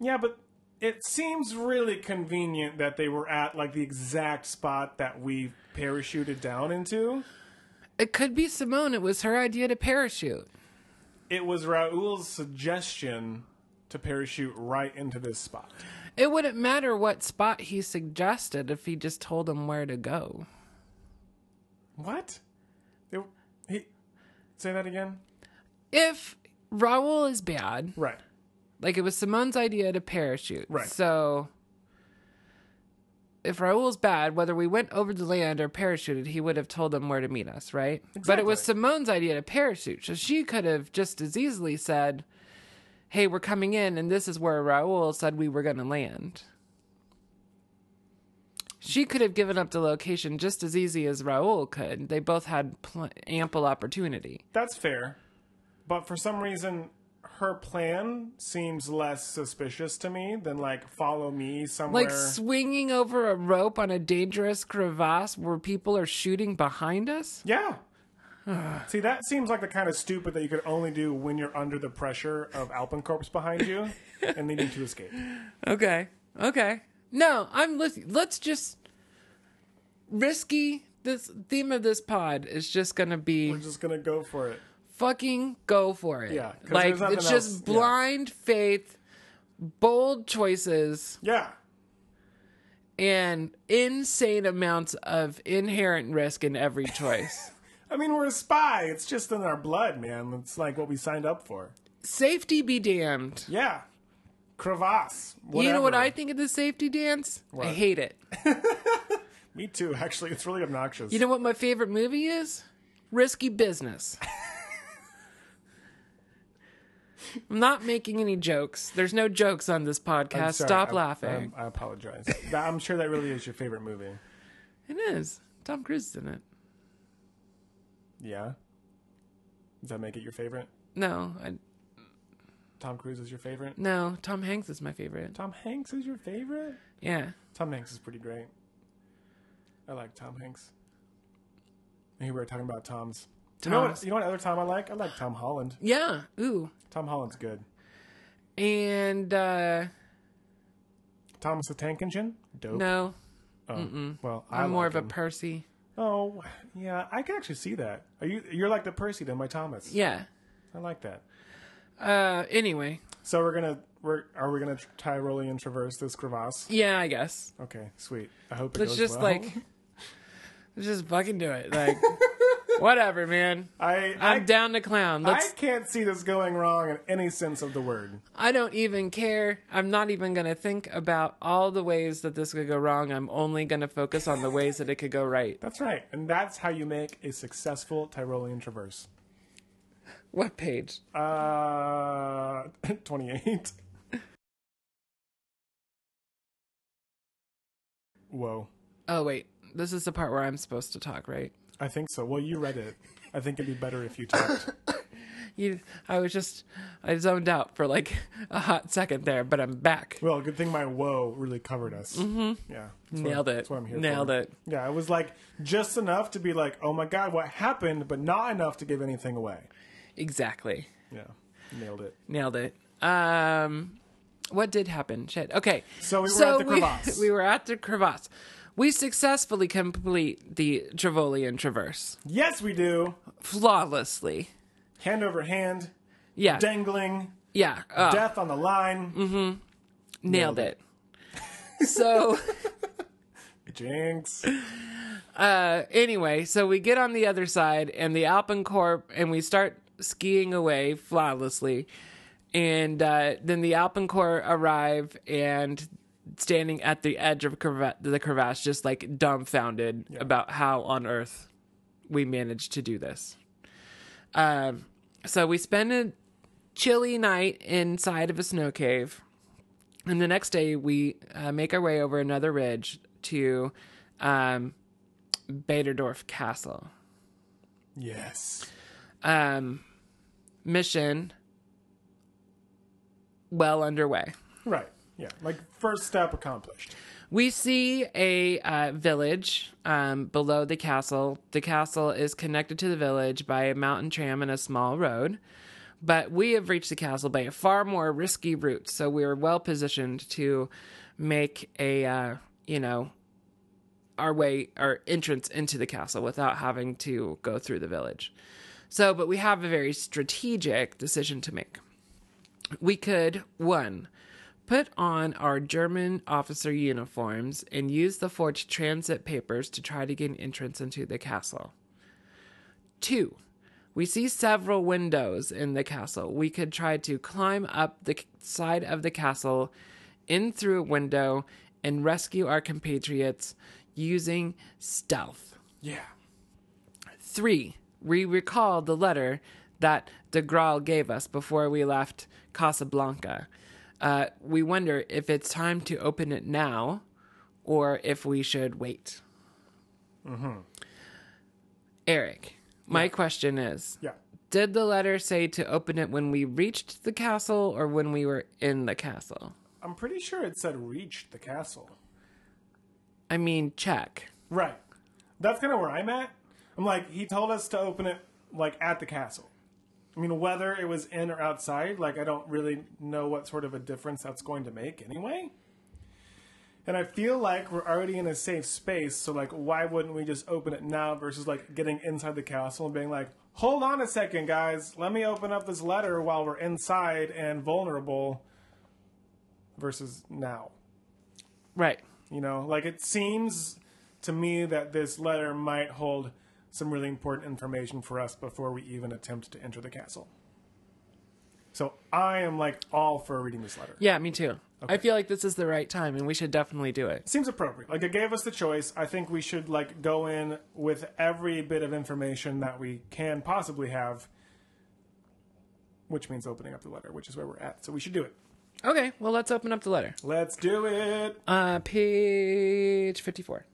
Speaker 3: Yeah, but it seems really convenient that they were at like the exact spot that we parachuted down into.
Speaker 2: It could be Simone. It was her idea to parachute.
Speaker 3: It was Raoul's suggestion to parachute right into this spot.
Speaker 2: It wouldn't matter what spot he suggested if he just told him where to go.
Speaker 3: What? They, he say that again?
Speaker 2: If Raoul is bad,
Speaker 3: Right.
Speaker 2: like it was Simone's idea to parachute.
Speaker 3: Right.
Speaker 2: So if Raoul's bad, whether we went over the land or parachuted, he would have told them where to meet us, right? But it was
Speaker 3: Exactly.
Speaker 2: Simone's idea to parachute. So she could have just as easily said, Hey, we're coming in, and this is where Raoul said we were going to land. She could have given up the location just as easy as Raoul could. They both had pl- ample opportunity.
Speaker 3: That's fair. But for some reason her plan seems less suspicious to me than like follow me somewhere.
Speaker 2: Like swinging over a rope on a dangerous crevasse where people are shooting behind us?
Speaker 3: yeah. See, that seems like the kind of stupid that you could only do when you're under the pressure of Alpencorp's behind you and needing to escape.
Speaker 2: Okay. Okay. No, I'm listening. Let's just risky. This theme of this pod is just going to be
Speaker 3: We're just gonna go for it.
Speaker 2: fucking go for it.
Speaker 3: Yeah, 'cause
Speaker 2: Like
Speaker 3: there's nothing
Speaker 2: it's
Speaker 3: else-
Speaker 2: just
Speaker 3: yeah.
Speaker 2: blind faith, bold choices
Speaker 3: Yeah.
Speaker 2: and insane amounts of inherent risk in every choice.
Speaker 3: I mean, we're a spy. It's just in our blood, man. It's like what we signed up for.
Speaker 2: Safety be damned.
Speaker 3: Yeah. Crevasse.
Speaker 2: You know what
Speaker 3: whatever.
Speaker 2: I think of the safety dance?
Speaker 3: What?
Speaker 2: I hate it.
Speaker 3: Me too, actually. It's really obnoxious.
Speaker 2: You know what my favorite movie is? Risky Business. I'm not making any jokes. There's no jokes on this
Speaker 3: I'm um,
Speaker 2: podcast.
Speaker 3: sorry,
Speaker 2: Stop
Speaker 3: I-
Speaker 2: laughing.
Speaker 3: I'm- I, apologize. That- I'm sure that really is your favorite movie.
Speaker 2: it is. Tom Cruise is in it.
Speaker 3: Yeah? Does that make it your favorite?
Speaker 2: No, I,
Speaker 3: Tom Cruise is your favorite?
Speaker 2: no. Tom Hanks is my favorite.
Speaker 3: Tom Hanks is your favorite?
Speaker 2: Yeah.
Speaker 3: Tom Hanks is pretty great. I like Tom Hanks. Hey, we were talking about Toms. You know, what,
Speaker 2: Toms.
Speaker 3: you know what other Tom I like? I like Tom Holland.
Speaker 2: Yeah. Ooh.
Speaker 3: Tom Holland's good.
Speaker 2: And uh
Speaker 3: Thomas the Tank Engine? Dope.
Speaker 2: no,
Speaker 3: Oh, Well, I
Speaker 2: I'm more
Speaker 3: like
Speaker 2: of a
Speaker 3: him.
Speaker 2: Percy.
Speaker 3: Oh, yeah, I can actually see that. Are you? You're like the Percy to my Thomas.
Speaker 2: Yeah.
Speaker 3: I like that.
Speaker 2: Uh anyway.
Speaker 3: So we're gonna we're are we gonna Tyrolean traverse this crevasse?
Speaker 2: Yeah, I guess.
Speaker 3: Okay, sweet. I hope it
Speaker 2: Let's
Speaker 3: goes
Speaker 2: just
Speaker 3: well.
Speaker 2: like let's just fucking do it. Like whatever, man.
Speaker 3: I I,
Speaker 2: I'm down to clown.
Speaker 3: I
Speaker 2: Let's
Speaker 3: can't see this going wrong in any sense of the word.
Speaker 2: I don't even care. I'm not even going to think about all the ways that this could go wrong. I'm only going to focus on the ways that it could go right.
Speaker 3: That's right, and that's how you make a successful Tyrolean traverse.
Speaker 2: What page?
Speaker 3: Uh, twenty-eight. Whoa,
Speaker 2: Oh, wait. This is the part where I'm supposed to talk, right?
Speaker 3: I think so. Well, you read it. I think it'd be better if you talked.
Speaker 2: You, I was just, I zoned out for like a hot second there, but I'm back.
Speaker 3: Well, good thing my whoa really covered us. Mm-hmm. Yeah. That's what-
Speaker 2: Nailed it.
Speaker 3: That's what I'm here
Speaker 2: Nailed
Speaker 3: for.
Speaker 2: it.
Speaker 3: Yeah, it was like just enough to be like, oh my God, what happened, but not enough to give anything away.
Speaker 2: Exactly.
Speaker 3: Yeah. Nailed it.
Speaker 2: Nailed it. Um, what did happen? Shit. Okay.
Speaker 3: So we were at the
Speaker 2: we-
Speaker 3: crevasse.
Speaker 2: We, were at the crevasse. We successfully complete the Trevolian Traverse
Speaker 3: Yes, we do.
Speaker 2: flawlessly.
Speaker 3: Hand over hand,
Speaker 2: Yeah.
Speaker 3: dangling,
Speaker 2: Yeah. Uh,
Speaker 3: death on the line.
Speaker 2: nailed it. so
Speaker 3: Jinx.
Speaker 2: Uh, anyway, so we get on the other side and the Alpencorp, and we start skiing away flawlessly. And uh, then the Alpencorp arrive and standing at the edge of creva- the crevasse, just like dumbfounded about how on earth we managed to do this. Um, so we spend a chilly night inside of a snow cave. And the next day, we uh, make our way over another ridge to um, Baderdorf Castle.
Speaker 3: Yes.
Speaker 2: Um, mission well underway.
Speaker 3: Right. Yeah. Like first step accomplished.
Speaker 2: We see a uh, village um, below the castle. The castle is connected to the village by a mountain tram and a small road. But we have reached the castle by a far more risky route, so we are well positioned to make a, uh, you know, our way, our entrance into the castle without having to go through the village. So, but we have a very strategic decision to make. We could, one, put on our German officer uniforms and use the forged transit papers to try to gain entrance into the castle. Two, we see several windows in the castle. We could try to climb up the c- side of the castle in through a window and rescue our compatriots using stealth.
Speaker 3: Yeah.
Speaker 2: Three, we recall the letter that de Graal gave us before we left Casablanca. Uh, we wonder if it's time to open it now or if we should wait. Mm-hmm. Eric, my question is
Speaker 3: Yeah.
Speaker 2: Did the letter say to open it when we reached the castle or when we were in the castle?
Speaker 3: I'm pretty sure it said reached the castle.
Speaker 2: I mean, check.
Speaker 3: Right. That's kind of where I'm at. I'm like, he told us to open it like at the castle. I mean, whether it was in or outside, like I don't really know what sort of a difference that's going to make anyway. And I feel like we're already in a safe space, so like, why wouldn't we just open it now versus like getting inside the castle and being like, hold on a second, guys, let me open up this letter while we're inside and vulnerable versus now.
Speaker 2: Right.
Speaker 3: You know, like it seems to me that this letter might hold some really important information for us before we even attempt to enter the castle. So I am like all for reading this letter.
Speaker 2: Yeah, me too. I feel like this is the right time and we should definitely do it.
Speaker 3: Seems appropriate. Like it gave us the choice. I think we should like go in with every bit of information that we can possibly have, which means opening up the letter, which is where we're at. So we should do it.
Speaker 2: Okay, well, let's open up the letter.
Speaker 3: Let's do it.
Speaker 2: Uh, page 54.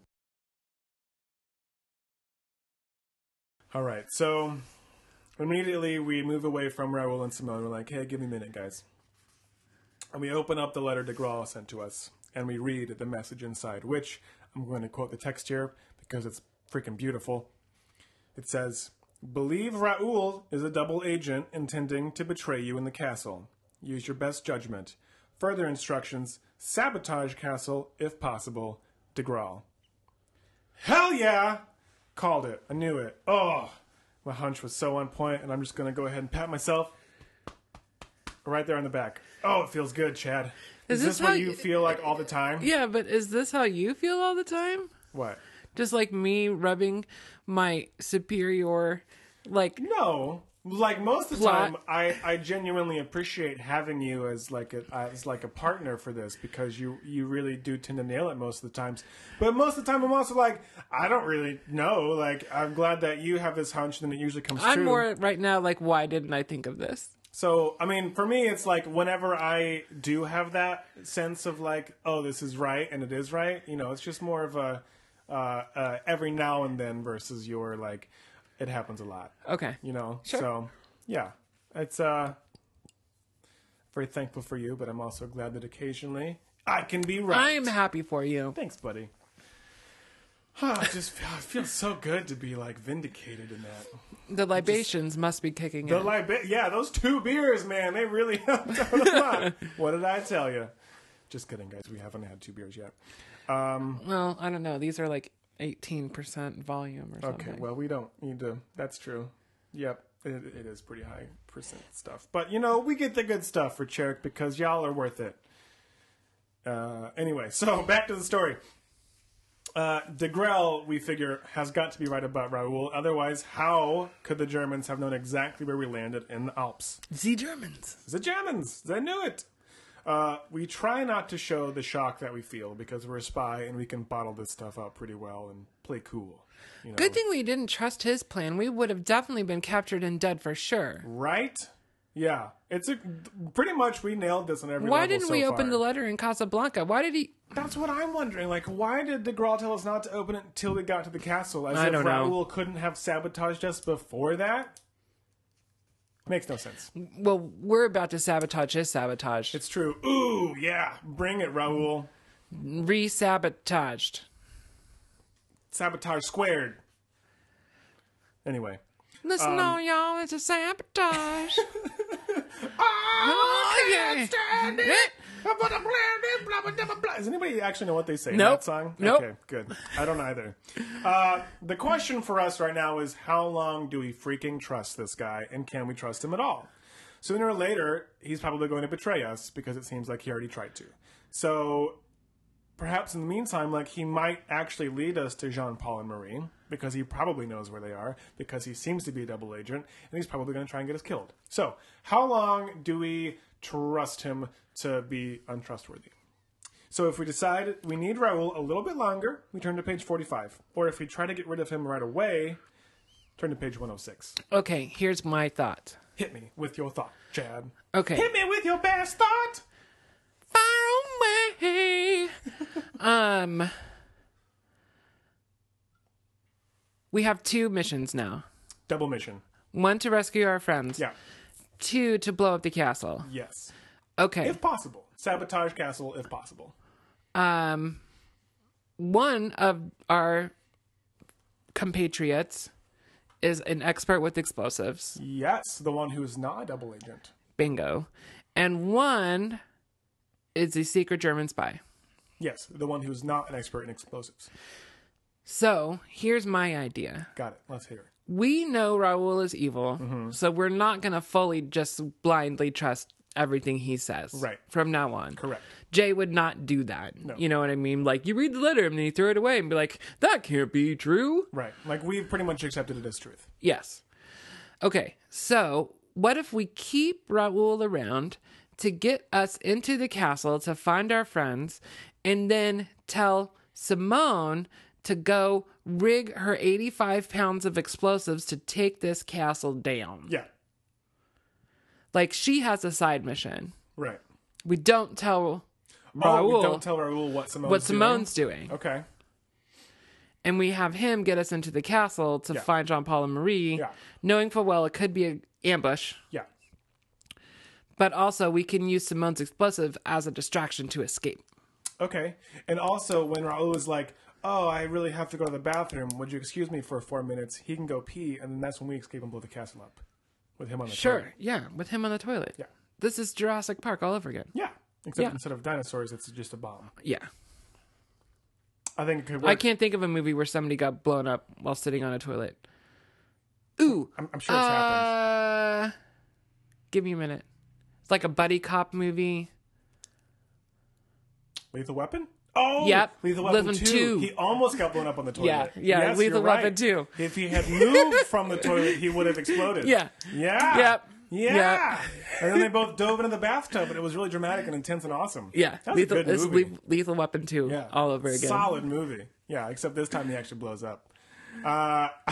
Speaker 3: All right. So immediately we move away from Raoul and Simone. We're like, hey, give me a minute, guys. And we open up the letter de Graal sent to us and we read the message inside, which I'm going to quote the text here because it's freaking beautiful. It says, Believe Raoul is a double agent intending to betray you in the castle. Use your best judgment. Further instructions sabotage castle if possible. De Graal. Hell yeah! Called it. I knew it. Oh, my hunch was so on point, and I'm just gonna go ahead and pat myself right there on the back. Oh, it feels good, Chad. Is,
Speaker 2: Is
Speaker 3: this,
Speaker 2: this how
Speaker 3: what you
Speaker 2: you-
Speaker 3: feel like all the time?
Speaker 2: Yeah, but is this how you feel all the time?
Speaker 3: What?
Speaker 2: Just like me rubbing my superior, like,
Speaker 3: No. Like most of the
Speaker 2: Plot.
Speaker 3: time, I, I genuinely appreciate having you as like a as like a partner for this because you you really do tend to nail it most of the times. But most of the time, I'm also like I don't really know. Like I'm glad that you have this hunch, and it usually comes
Speaker 2: I'm
Speaker 3: true.
Speaker 2: more right now, like, why didn't I think of this?
Speaker 3: So, I mean, for me, it's like whenever I do have that sense of like, oh, this is right and it is right, you know, it's just more of a uh, uh, every now and then versus your like, it happens a lot,
Speaker 2: Okay.
Speaker 3: you know? So, yeah, it's uh, very thankful for you, but I'm also glad that occasionally I can be right.
Speaker 2: I am happy for you.
Speaker 3: Thanks, buddy. Ah, it just feel- it feels so good to be like vindicated in that.
Speaker 2: The libations must be kicking
Speaker 3: The
Speaker 2: in.
Speaker 3: liba- yeah, those two beers, man, they really helped out a lot. what did I tell you? Just kidding, guys. We haven't had two beers yet.
Speaker 2: well, I don't know. These are like 18% volume or something.
Speaker 3: Okay, well, we don't need to. That's true. Yep, it, it is pretty high percent stuff. But, you know, we get the good stuff for Cherick because y'all are worth it. Uh, anyway, so back to the story. Uh, DeGrelle, we figure, has got to be right about Raoul. Otherwise, how could the Germans have known exactly where we landed in the Alps?
Speaker 2: The Germans.
Speaker 3: It's the Germans! They knew it! Uh, we try not to show the shock that we feel because we're a spy and we can bottle this stuff up pretty well and play cool. You know?
Speaker 2: Good thing we didn't trust his plan. We would have definitely been captured and dead for sure.
Speaker 3: Right? Yeah. It's a, pretty much we nailed this on every
Speaker 2: Why
Speaker 3: level
Speaker 2: didn't
Speaker 3: so
Speaker 2: we open
Speaker 3: far.
Speaker 2: the letter in Casablanca? Why did he?
Speaker 3: That's what I'm wondering. Like, why did the Grawl tell us not to open it until we got to the castle? As
Speaker 2: I
Speaker 3: if
Speaker 2: don't know.
Speaker 3: Raoul couldn't have sabotaged us before that? Makes no sense.
Speaker 2: Well, we're about to sabotage his sabotage. It's
Speaker 3: It's true. Ooh, yeah. Bring it, Raoul.
Speaker 2: re-sabotaged.
Speaker 3: Sabotage squared. Anyway.
Speaker 2: Listen,
Speaker 3: Um,
Speaker 2: no, y'all, it's a sabotage. oh, yeah. Eh.
Speaker 3: Does anybody actually know what they say in
Speaker 2: Nope.
Speaker 3: that song?
Speaker 2: Nope.
Speaker 3: Okay, good. I don't either. Uh, the question for us right now is how long do we freaking trust this guy and can we trust him at all? Sooner or later, he's probably going to betray us because it seems like he already tried to. So perhaps in the meantime, like he might actually lead us to Jean Paul and Marie because he probably knows where they are because he seems to be a double agent and he's probably going to try and get us killed. So, how long do we trust him to be untrustworthy? So, if we decide we need Raoul a little bit longer, we turn to page 45. Or if we try to get rid of him right away, turn to page 106.
Speaker 2: Okay, here's my thought.
Speaker 3: Hit me with your thought, Chad.
Speaker 2: Okay.
Speaker 3: Hit me with your best thought!
Speaker 2: Far away. um, we have two missions now.
Speaker 3: Double mission.
Speaker 2: One to rescue our friends.
Speaker 3: Yeah.
Speaker 2: Two to blow up the castle.
Speaker 3: Yes.
Speaker 2: Okay.
Speaker 3: If possible. Sabotage castle if possible.
Speaker 2: um, one of our compatriots is an expert with explosives.
Speaker 3: Yes, the one who is not a double agent.
Speaker 2: Bingo. And one is a secret German spy.
Speaker 3: Yes, the one who is not an expert in explosives.
Speaker 2: So here's my idea.
Speaker 3: Got it. Let's hear it.
Speaker 2: we know Raul is evil, so we're not going to fully just blindly trust everything he says.
Speaker 3: Right.
Speaker 2: From now on.
Speaker 3: Correct.
Speaker 2: Jay would not do that. You know what I mean? Like, you read the letter and then you throw it away and be like, that can't be true.
Speaker 3: Right. Like we've pretty much accepted it as truth.
Speaker 2: Yes. Okay, so what if we keep Raul around to get us into the castle to find our friends and then tell Simone to go rig her 85 pounds of explosives to take this castle down?
Speaker 3: Yeah.
Speaker 2: Like, she has a side mission.
Speaker 3: Right.
Speaker 2: We don't tell
Speaker 3: Oh, we
Speaker 2: Raoul
Speaker 3: don't tell Raul what Simone's
Speaker 2: what
Speaker 3: doing.
Speaker 2: Simone's doing.
Speaker 3: Okay.
Speaker 2: and we have him get us into the castle to
Speaker 3: Yeah.
Speaker 2: find Jean Paul and Marie,
Speaker 3: Yeah.
Speaker 2: knowing full well it could be an ambush,
Speaker 3: Yeah.
Speaker 2: but also we can use Simone's explosive as a distraction to escape.
Speaker 3: Okay. And also when Raul is like, Oh, I really have to go to the bathroom, would you excuse me for four minutes? He can go pee and then that's when we escape and blow the castle up. With him on the
Speaker 2: Sure,
Speaker 3: toilet.
Speaker 2: yeah, with him on the toilet.
Speaker 3: Yeah.
Speaker 2: This is Jurassic Park all over again.
Speaker 3: Yeah. Except
Speaker 2: Yeah.
Speaker 3: instead of dinosaurs it's just a bomb.
Speaker 2: Yeah.
Speaker 3: I think it could work.
Speaker 2: I can't think of a movie where somebody got blown up while sitting on a toilet. Ooh.
Speaker 3: I'm, I'm sure it's happened.
Speaker 2: uh, give me a minute. It's like a buddy cop movie.
Speaker 3: Lethal Weapon? Oh,
Speaker 2: Yep.
Speaker 3: Lethal Weapon
Speaker 2: Lethal
Speaker 3: 2.
Speaker 2: two.
Speaker 3: He almost got blown up on the toilet.
Speaker 2: Yeah, yeah,
Speaker 3: Yes,
Speaker 2: Lethal
Speaker 3: you're right.
Speaker 2: Weapon 2.
Speaker 3: If he had moved from the toilet, he would have exploded.
Speaker 2: Yeah.
Speaker 3: Yeah.
Speaker 2: Yep.
Speaker 3: Yeah.
Speaker 2: Yep.
Speaker 3: And then they both dove into the bathtub, and it was really dramatic and intense and awesome.
Speaker 2: Yeah,
Speaker 3: That's
Speaker 2: lethal,
Speaker 3: a good
Speaker 2: it's
Speaker 3: movie.
Speaker 2: Le- lethal Weapon 2
Speaker 3: Yeah.
Speaker 2: all over again.
Speaker 3: Solid movie. Yeah, except this time he actually blows up. Uh,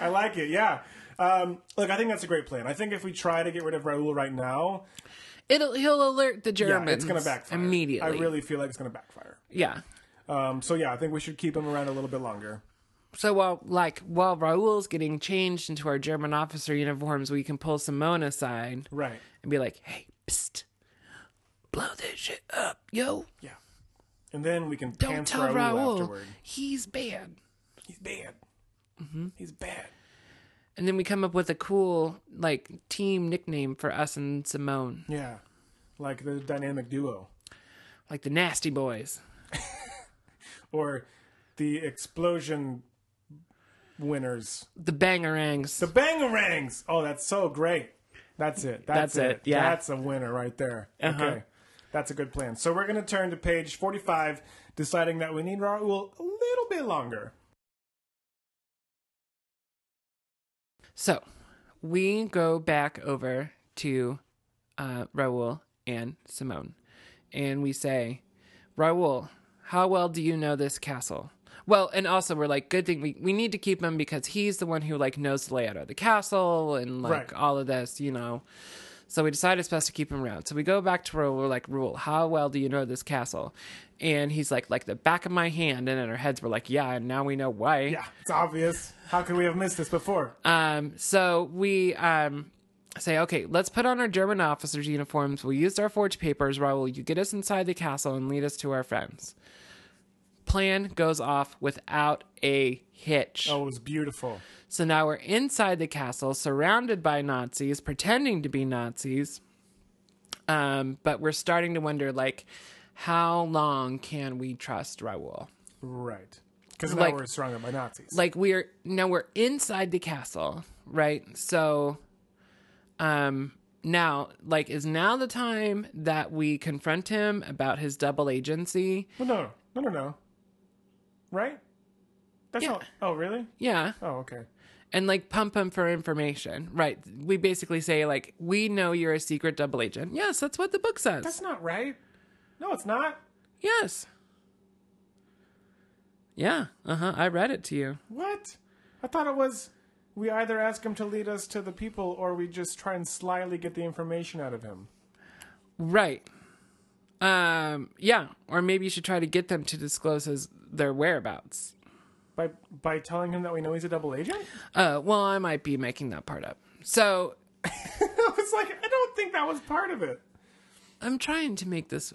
Speaker 3: I like it. Yeah. Um, look, I think that's a great plan. I think if we try to get rid of Raul right now,
Speaker 2: It'll he'll alert the
Speaker 3: yeah,
Speaker 2: Germans.
Speaker 3: it's going to backfire.
Speaker 2: immediately.
Speaker 3: I really feel like it's going to backfire.
Speaker 2: yeah.
Speaker 3: Um, so yeah, I think we should keep him around a little bit longer.
Speaker 2: So while like while Raul's getting changed into our German officer uniforms, we can pull Simone aside
Speaker 3: Right.
Speaker 2: and be like, "Hey, psst, blow this shit up, yo!
Speaker 3: Yeah. And then we can
Speaker 2: Don't
Speaker 3: pants
Speaker 2: tell
Speaker 3: Raul
Speaker 2: Raul
Speaker 3: afterward.
Speaker 2: he's bad."
Speaker 3: He's bad.
Speaker 2: Mm-hmm.
Speaker 3: He's bad.
Speaker 2: And then we come up with a cool like team nickname for us and Simone,
Speaker 3: Yeah. Like the dynamic duo
Speaker 2: like the Nasty Boys.
Speaker 3: or the explosion winners,
Speaker 2: The Bangerangs.
Speaker 3: the bangarangs. Oh, that's so great. That's it. Uh-huh. That's,
Speaker 2: That's it, yeah.
Speaker 3: That's a winner right there. Okay. That's a good plan. So we're going to turn to page 45, deciding that we need Raul a little bit longer.
Speaker 2: So we go back over to uh, Raul and Simone and we say, Raul, how well do you know this castle? Well, and also we're like, good thing we, we need to keep him because he's the one who like knows the layout of the castle and like
Speaker 3: Right.
Speaker 2: all of this, you know. So we decide it's best to keep him around. So we go back to Raul, we're like, Raul, how well do you know this castle? And he's like, like the back of my hand. And in our heads, we're like, yeah, and now we know why.
Speaker 3: Yeah, it's obvious. How could we have missed this before?
Speaker 2: Um, so we um, say, okay, let's put on our German officers' uniforms. We'll use our forged papers. Raul, you get us inside the castle and lead us to our friends. Plan goes off without a hitch.
Speaker 3: oh, it was beautiful.
Speaker 2: So now we're inside the castle, surrounded by Nazis, pretending to be Nazis. Um, but we're starting to wonder, like, how long can we trust Raul?
Speaker 3: Right. Because now
Speaker 2: Like-
Speaker 3: we're surrounded by Nazis.
Speaker 2: like we're now we're inside the castle, right? So um now like is now the time that we confront him about his double agency?
Speaker 3: Well, no, no, no, no. Right? That's not. Oh, really?
Speaker 2: Yeah.
Speaker 3: Oh, okay.
Speaker 2: And like pump him for information. Right. We basically say like we know you're a secret double agent. Yes, that's what the book says.
Speaker 3: That's not right. No, it's not.
Speaker 2: yes. Yeah. Uh-huh. I read it to you.
Speaker 3: What? I thought it was. We either ask him to lead us to the people, or we just try and slyly get the information out of him.
Speaker 2: Right. Um yeah, or maybe you should try to get them to disclose his their whereabouts.
Speaker 3: By by telling him that we know he's a double agent?
Speaker 2: Uh, well, I might be making that part up. So
Speaker 3: it's like I don't think that was part of it.
Speaker 2: I'm trying to make this.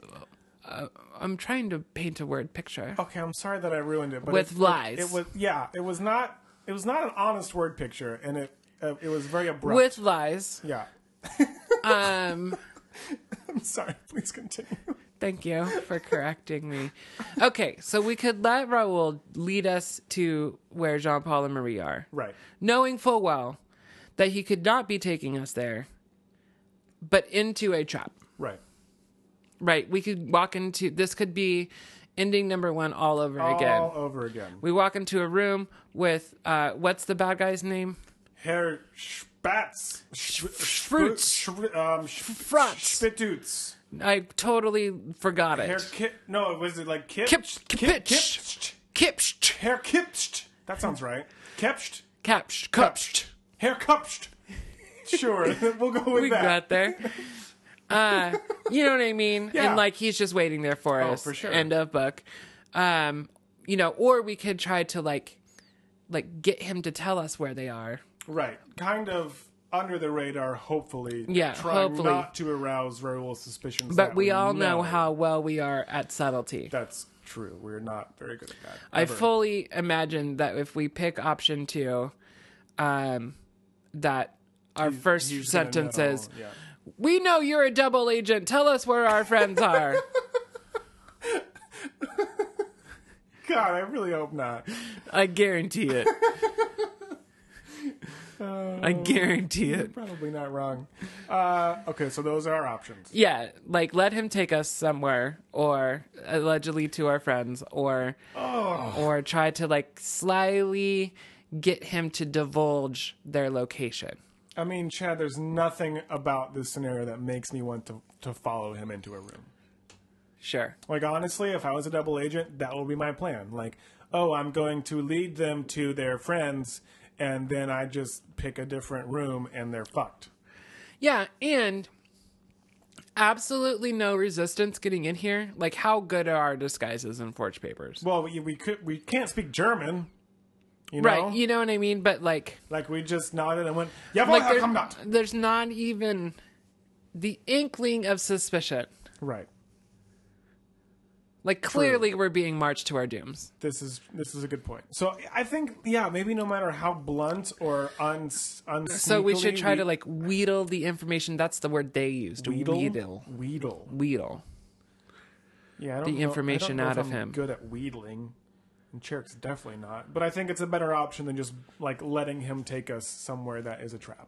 Speaker 2: Uh, I'm trying to paint a word picture.
Speaker 3: Okay, I'm sorry that I ruined it. But
Speaker 2: With
Speaker 3: it-
Speaker 2: lies.
Speaker 3: it, was yeah. It was not. It was not an honest word picture, and it uh, it was very abrupt.
Speaker 2: With lies.
Speaker 3: yeah.
Speaker 2: Um,
Speaker 3: I'm sorry. Please continue.
Speaker 2: thank you for correcting me. Okay, so we could let Raoul lead us to where Jean Paul and Marie are,
Speaker 3: Right.
Speaker 2: knowing full well that he could not be taking us there, but into a trap.
Speaker 3: Right.
Speaker 2: Right? We could walk into this. Could be ending number one all over
Speaker 3: Oh.
Speaker 2: again.
Speaker 3: All over again.
Speaker 2: We walk into a room with uh, what's the bad guy's name?
Speaker 3: Herr Spatz.
Speaker 2: Schfrutz.
Speaker 3: Schfru- um,
Speaker 2: Frutz.
Speaker 3: Spitutz.
Speaker 2: I totally forgot
Speaker 3: Herr
Speaker 2: it.
Speaker 3: Kip. No, was it like Kip?
Speaker 2: Kipsch,
Speaker 3: Kip-
Speaker 2: Kipsch.
Speaker 3: Kipst.
Speaker 2: Kipscht,
Speaker 3: Herr Kipst. That sounds right. Kepst.
Speaker 2: Kapscht, Kupscht.
Speaker 3: Herr Kupst. Sure, we'll go with
Speaker 2: We
Speaker 3: that.
Speaker 2: got there. Uh, you know what I mean?
Speaker 3: Yeah. Oh,
Speaker 2: And like he's just waiting there for us.
Speaker 3: for sure.
Speaker 2: End of book. Um, you know, or we could try to like, like get him to tell us where they are.
Speaker 3: Right. Kind of under the radar, hopefully.
Speaker 2: Yeah,
Speaker 3: Trying
Speaker 2: hopefully.
Speaker 3: not to arouse Raoul's suspicions.
Speaker 2: But
Speaker 3: that
Speaker 2: we all know how well we are at subtlety.
Speaker 3: That's true. We're not very good at that.
Speaker 2: I
Speaker 3: ever.
Speaker 2: fully imagine that if we pick option two, um, that our first
Speaker 3: He's gonna
Speaker 2: sentence
Speaker 3: know,
Speaker 2: is,
Speaker 3: yeah.
Speaker 2: "We know you're a double agent. Tell us where our friends are."
Speaker 3: God, I really hope not.
Speaker 2: I guarantee it. I guarantee it.
Speaker 3: Probably not wrong. Uh, okay, so those are our options.
Speaker 2: Yeah, like let him take us somewhere, or allegedly to our friends, or or try to like slyly get him to divulge their location.
Speaker 3: I mean, Chad, there's nothing about this scenario that makes me want to, to follow him into a room.
Speaker 2: Sure.
Speaker 3: Like, honestly, if I was a double agent, that would be my plan. Like, oh, I'm going to lead them to their friends, and then I just pick a different room and they're fucked.
Speaker 2: Yeah, and absolutely no resistance getting in here. Like, how good are our disguises and forged papers?
Speaker 3: Well, we, we could we can't speak German, you know.
Speaker 2: Right, you know what I mean? But like,
Speaker 3: like we just nodded and went, "Yeah,
Speaker 2: like
Speaker 3: like Oh, come
Speaker 2: there-
Speaker 3: not."
Speaker 2: there's not even the inkling of suspicion.
Speaker 3: Right.
Speaker 2: Like, clearly we're being marched to our dooms.
Speaker 3: This is this is a good point. So I think yeah, maybe no matter how blunt or uns unsneakily,
Speaker 2: So we should try to like wheedle the information. That's the word they used.
Speaker 3: wheedle
Speaker 2: Wheedle.
Speaker 3: wheedle.
Speaker 2: Wheedle.
Speaker 3: Yeah, I don't know- I
Speaker 2: information
Speaker 3: don't know
Speaker 2: out of
Speaker 3: if I'm
Speaker 2: him.
Speaker 3: Good at wheedling, and Cheric's definitely not. But I think it's a better option than just like letting him take us somewhere that is a trap.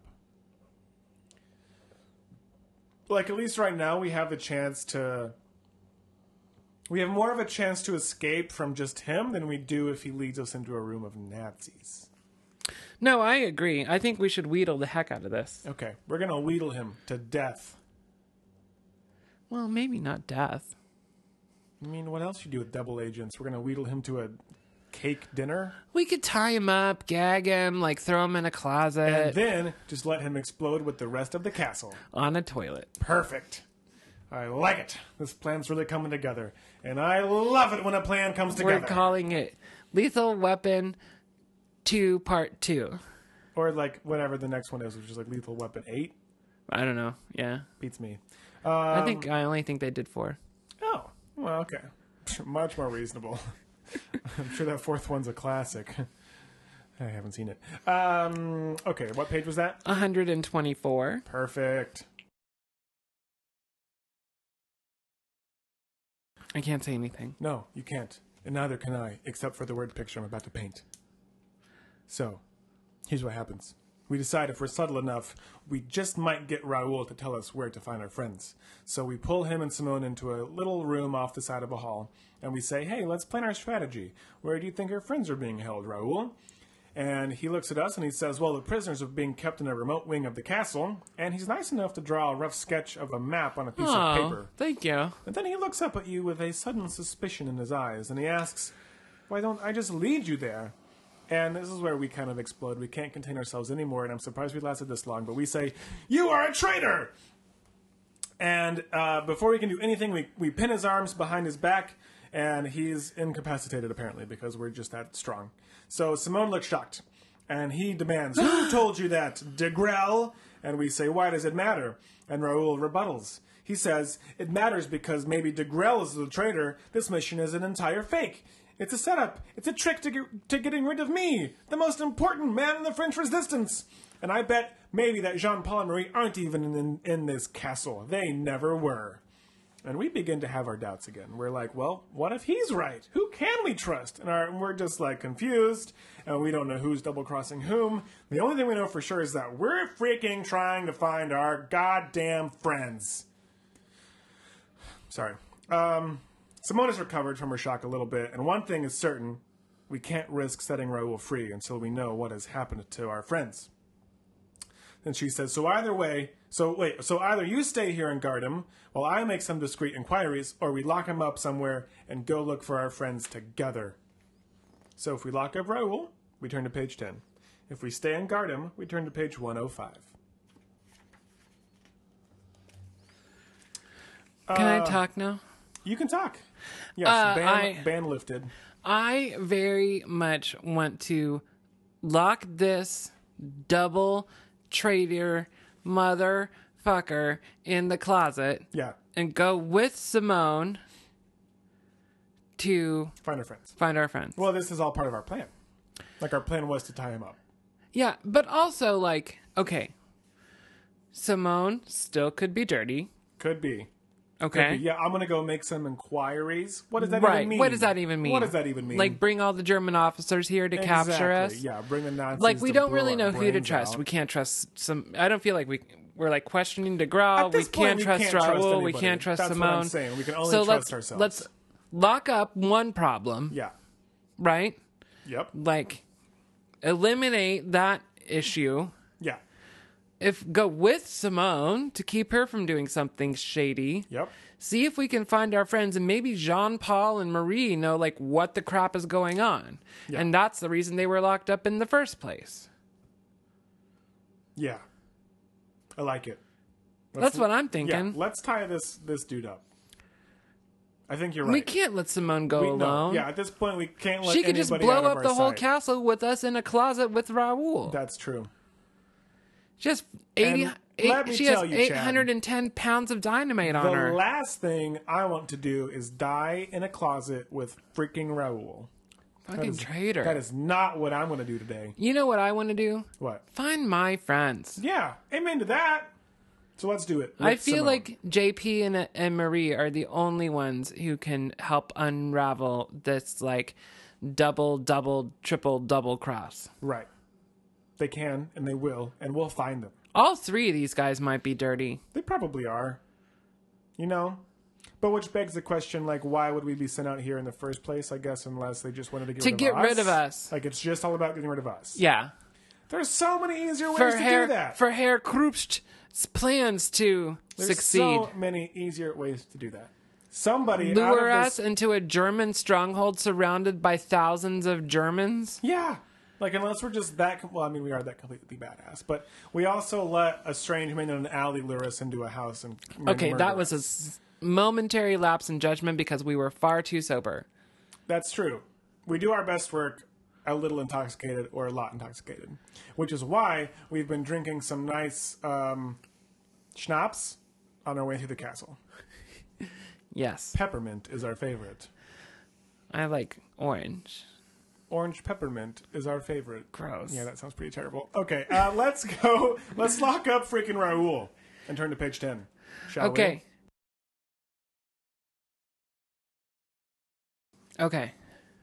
Speaker 3: Like at least right now we have the chance to We have more of a chance to escape from just him than we do if he leads us into a room of Nazis.
Speaker 2: No, I agree. I think we should wheedle the heck out of this.
Speaker 3: Okay, we're gonna wheedle him to death.
Speaker 2: Well, maybe not death.
Speaker 3: I mean, what else you do with double agents? We're gonna wheedle him to a cake dinner
Speaker 2: We could tie him up, gag him, like throw him in a closet
Speaker 3: and then just let him explode with the rest of the castle.
Speaker 2: on a toilet.
Speaker 3: Perfect. I like it. This plan's really coming together. And I love it when a plan comes together.
Speaker 2: We're calling it Lethal Weapon 2 Part 2.
Speaker 3: or like whatever the next one is, which is like Lethal Weapon 8.
Speaker 2: I don't know. Yeah.
Speaker 3: Beats me. Um,
Speaker 2: I think I only think they did 4.
Speaker 3: Oh, well, okay. Much more reasonable. I'm sure that fourth one's a classic. I haven't seen it. Um, okay, what page was that?
Speaker 2: 124.
Speaker 3: Perfect.
Speaker 2: I can't say anything.
Speaker 3: No, you can't. And neither can I, except for the word picture I'm about to paint. So, here's what happens. We decide if we're subtle enough, we just might get Raoul to tell us where to find our friends. So we pull him and Simone into a little room off the side of a hall, and we say, hey, let's plan our strategy. Where do you think our friends are being held, Raoul? And he looks at us and he says, Well, the prisoners are being kept in a remote wing of the castle. And he's nice enough to draw a rough sketch of a map on a piece of paper.
Speaker 2: Oh, thank you.
Speaker 3: And then he looks up at you with a sudden suspicion in his eyes and he asks, Why don't I just lead you there? And this is where we kind of explode. We can't contain ourselves anymore, and I'm surprised we lasted this long, but we say, You are a traitor! And uh, before we can do anything, we, we pin his arms behind his back, and he's incapacitated apparently because we're just that strong. So Simone looks shocked, and he demands, Who told you that, de Grelle? And we say, Why does it matter? And Raoul rebuttals. He says, It matters because maybe de Grelle is the traitor. This mission is an entire fake. It's a setup. It's a trick to, get, to getting rid of me, the most important man in the French resistance. And I bet maybe that Jean Paul and Marie aren't even in, in this castle. They never were. And we begin to have our doubts again. We're like, well, what if he's right? Who can we trust? And our, we're just like confused, and we don't know who's double crossing whom. The only thing we know for sure is that we're freaking trying to find our goddamn friends. Sorry. Um, Simone has recovered from her shock a little bit, and one thing is certain we can't risk setting Raoul free until we know what has happened to our friends. And she says, "So either way, so wait, so either you stay here and guard him while I make some discreet inquiries, or we lock him up somewhere and go look for our friends together." So if we lock up Raoul, we turn to page ten. If we stay and guard him, we turn to page one hundred five. Uh,
Speaker 2: Can I talk now?
Speaker 3: You can talk. Yes,
Speaker 2: Uh,
Speaker 3: ban,
Speaker 2: I-
Speaker 3: ban lifted.
Speaker 2: I very much want to lock this double traitor motherfucker in the closet
Speaker 3: Yeah,
Speaker 2: and go with Simone to
Speaker 3: find our friends.
Speaker 2: find our friends.
Speaker 3: Well, this is all part of our plan. Like our plan was to tie him up.
Speaker 2: Yeah, but also like, okay, Simone still could be dirty.
Speaker 3: Could be. Could
Speaker 2: Okay.
Speaker 3: be. Yeah, I'm gonna go make some inquiries. What does that
Speaker 2: Right.
Speaker 3: even mean?
Speaker 2: What does that even mean?
Speaker 3: What does that even mean?
Speaker 2: Like, bring all the German officers here to capture us.
Speaker 3: Exactly, Yeah, bring the Nazis.
Speaker 2: Like, we
Speaker 3: to
Speaker 2: don't
Speaker 3: blow
Speaker 2: really
Speaker 3: our
Speaker 2: know who to
Speaker 3: brains
Speaker 2: trust.
Speaker 3: out.
Speaker 2: We can't trust some. I don't feel like we we're like questioning DeGraw.
Speaker 3: At this
Speaker 2: We can't
Speaker 3: point, we
Speaker 2: trust
Speaker 3: can't trust
Speaker 2: Raoul. We
Speaker 3: anybody.
Speaker 2: can't trust
Speaker 3: That's what
Speaker 2: Simone.
Speaker 3: I'm saying. We can only
Speaker 2: so
Speaker 3: trust
Speaker 2: let's,
Speaker 3: ourselves.
Speaker 2: Let's lock up one problem,
Speaker 3: yeah.
Speaker 2: right?
Speaker 3: Yep.
Speaker 2: Like, eliminate that issue.
Speaker 3: Yeah.
Speaker 2: If go with Simone to keep her from doing something shady.
Speaker 3: Yep.
Speaker 2: see if we can find our friends and maybe Jean Paul and Marie know like what the crap is going on. And that's the reason they were locked up in the first place.
Speaker 3: Yeah. I like it.
Speaker 2: That's what I'm
Speaker 3: Yeah.
Speaker 2: thinking.
Speaker 3: Let's tie this this dude up. I think you're right.
Speaker 2: We can't let Simone go
Speaker 3: We- no,
Speaker 2: alone.
Speaker 3: yeah. At this point, we can't let
Speaker 2: she could just
Speaker 3: anybody
Speaker 2: blow
Speaker 3: out of
Speaker 2: up
Speaker 3: our
Speaker 2: the whole
Speaker 3: sight.
Speaker 2: castle with us in a closet with Raoul.
Speaker 3: That's true.
Speaker 2: just 80
Speaker 3: And
Speaker 2: eight-
Speaker 3: let me
Speaker 2: she has
Speaker 3: tell you, Chad.
Speaker 2: 810 pounds of dynamite on
Speaker 3: The
Speaker 2: her.
Speaker 3: last thing I want to do is die in a closet with freaking Raoul.
Speaker 2: Fucking
Speaker 3: is-
Speaker 2: traitor.
Speaker 3: That is not what I'm going to do today.
Speaker 2: you know what I want to do?
Speaker 3: What?
Speaker 2: Find my friends.
Speaker 3: Yeah. Amen to that. So let's do it.
Speaker 2: I
Speaker 3: with
Speaker 2: feel
Speaker 3: Simone.
Speaker 2: like JP and, and Marie are the only ones who can help unravel this like double, double, triple, double cross.
Speaker 3: Right. They can and they will, and we'll find them.
Speaker 2: All three of these guys might be dirty.
Speaker 3: They probably are. You know? But which begs the question, like, why would we be sent out here in the first place? I guess unless they just wanted to get
Speaker 2: To
Speaker 3: rid
Speaker 2: get
Speaker 3: of us.
Speaker 2: rid of us.
Speaker 3: Like it's just all about getting rid of us.
Speaker 2: Yeah.
Speaker 3: There's so many easier ways
Speaker 2: For
Speaker 3: to do
Speaker 2: Herr,
Speaker 3: that.
Speaker 2: for Herr Krupst's plans to
Speaker 3: There's
Speaker 2: succeed.
Speaker 3: so many easier ways to do that. Somebody out
Speaker 2: Lure
Speaker 3: of
Speaker 2: us
Speaker 3: this,
Speaker 2: into a German stronghold surrounded by thousands of Germans.
Speaker 3: yeah. Like unless we're just that, com- well, I mean, we are that completely badass, but we also let a strange man in an alley lure us into a house and and
Speaker 2: Okay,
Speaker 3: murder
Speaker 2: that was a
Speaker 3: us.
Speaker 2: s- momentary lapse in judgment because we were far too sober.
Speaker 3: That's true. We do our best work a little intoxicated or a lot intoxicated, which is why we've been drinking some nice um, schnapps on our way through the castle.
Speaker 2: Yes.
Speaker 3: Peppermint is our favorite.
Speaker 2: I like orange.
Speaker 3: Orange peppermint is our favorite.
Speaker 2: Gross.
Speaker 3: Yeah, that sounds pretty terrible. Okay, uh, let's go. Let's lock up freaking Raoul and turn to page 10. Shall
Speaker 2: Okay. Okay.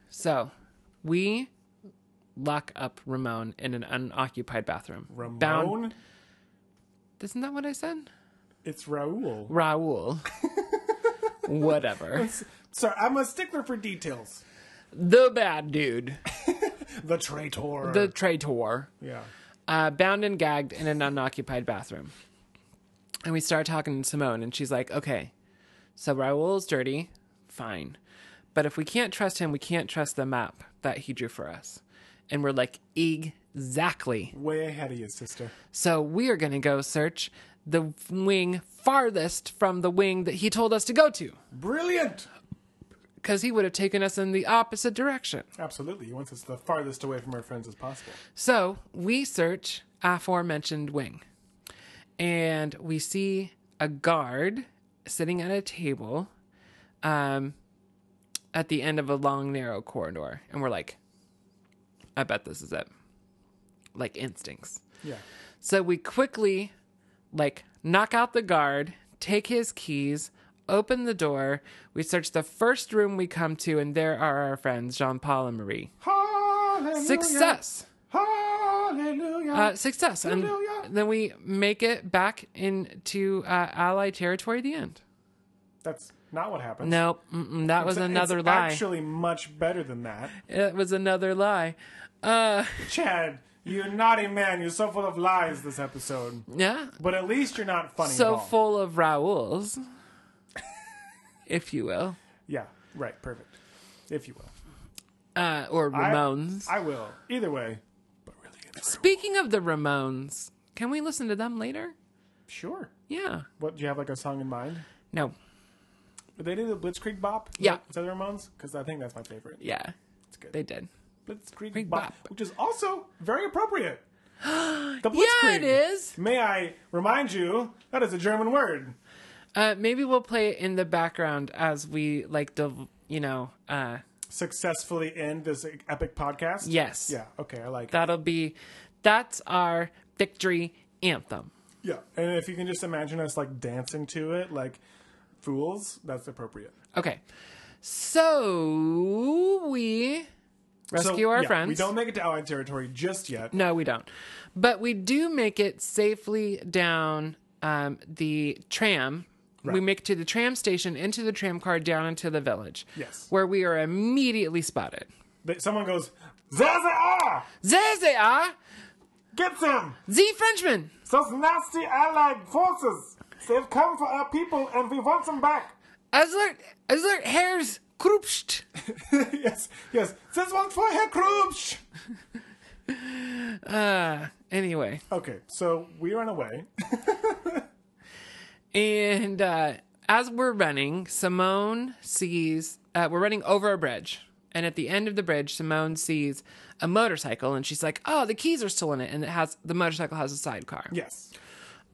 Speaker 2: So we lock up Ramon in an unoccupied bathroom.
Speaker 3: we? Ramon?
Speaker 2: Bound. Isn't that what I said?
Speaker 3: It's Raoul.
Speaker 2: Raul. Whatever.
Speaker 3: So I'm a stickler for details.
Speaker 2: The bad dude.
Speaker 3: The traitor.
Speaker 2: The traitor.
Speaker 3: yeah.
Speaker 2: uh, bound and gagged in an unoccupied bathroom. And we start talking to Simone, and she's like, okay, so Raoul's dirty, fine. But if we can't trust him, we can't trust the map that he drew for us. And we're like, exactly.
Speaker 3: Way ahead of you, sister.
Speaker 2: So we are going to go search the wing farthest from the wing that he told us to go to,
Speaker 3: Brilliant.
Speaker 2: because he would have taken us in the opposite direction.
Speaker 3: Absolutely. He wants us the farthest away from our friends as possible.
Speaker 2: So we search aforementioned wing and we see a guard sitting at a table um, at the end of a long, narrow corridor. And we're like, I bet this is it. Like instincts.
Speaker 3: Yeah.
Speaker 2: So we quickly, like, knock out the guard, take his keys, open the door. We search the first room we come to, and there are our friends, Jean Paul and Marie.
Speaker 3: Hallelujah.
Speaker 2: Success!
Speaker 3: Hallelujah.
Speaker 2: uh, success, and
Speaker 3: Hallelujah.
Speaker 2: then we make it back into uh, Allied territory at the end.
Speaker 3: That's not what happened.
Speaker 2: No, mm-mm, that was another
Speaker 3: it's
Speaker 2: lie.
Speaker 3: Actually, much better than that.
Speaker 2: it was another lie. Uh,
Speaker 3: Chad, you naughty man. You're so full of lies this episode.
Speaker 2: yeah,
Speaker 3: But at least you're not funny. at
Speaker 2: so
Speaker 3: all.
Speaker 2: full of Raoul's, if you will,
Speaker 3: Yeah. Right. Perfect. If you will.
Speaker 2: uh, or
Speaker 3: I-
Speaker 2: Ramones.
Speaker 3: I, will. Either way. But really, it's-
Speaker 2: Speaking of the Ramones, can we listen to them later?
Speaker 3: sure.
Speaker 2: Yeah.
Speaker 3: What do you have like a song in mind?
Speaker 2: No.
Speaker 3: Did they do the Blitzkrieg Bop?
Speaker 2: Yeah.
Speaker 3: Is that the Ramones? Because I think that's my favorite.
Speaker 2: Yeah.
Speaker 3: good.
Speaker 2: They did.
Speaker 3: Blitzkrieg
Speaker 2: Krieg
Speaker 3: Bop,
Speaker 2: Bop.
Speaker 3: which is also very appropriate. The
Speaker 2: Yeah, it is.
Speaker 3: May I remind you, that is a German word.
Speaker 2: Uh, maybe we'll play it in the background as we like, div- you know, uh,
Speaker 3: Successfully end this epic podcast.
Speaker 2: Yes.
Speaker 3: Yeah. Okay. I like that.
Speaker 2: That'll be that's our victory anthem.
Speaker 3: Yeah. And if you can just imagine us like dancing to it, like fools, that's appropriate.
Speaker 2: Okay. So we
Speaker 3: So,
Speaker 2: rescue our
Speaker 3: yeah,
Speaker 2: friends.
Speaker 3: We don't make it to Allied territory just yet.
Speaker 2: no, we don't. But we do make it safely down um, the tram. We
Speaker 3: Right.
Speaker 2: make it to the tram station, into the tram car, down into the village.
Speaker 3: Yes.
Speaker 2: Where we are immediately spotted.
Speaker 3: But someone goes, "There they are!
Speaker 2: There they are!
Speaker 3: Get them!
Speaker 2: The ah, Frenchmen!
Speaker 3: Those nasty Allied forces! They've come for our people, and we want them back."
Speaker 2: Alert! Alert! Herr's Krupst!
Speaker 3: yes, yes. This one for Herr Krupsch.
Speaker 2: Anyway.
Speaker 3: Okay, so we run away.
Speaker 2: And uh, as we're running, Simone sees uh, we're running over a bridge. And at the end of the bridge, Simone sees a motorcycle and she's like, Oh, the keys are still in it. And it has the motorcycle has a sidecar.
Speaker 3: yes.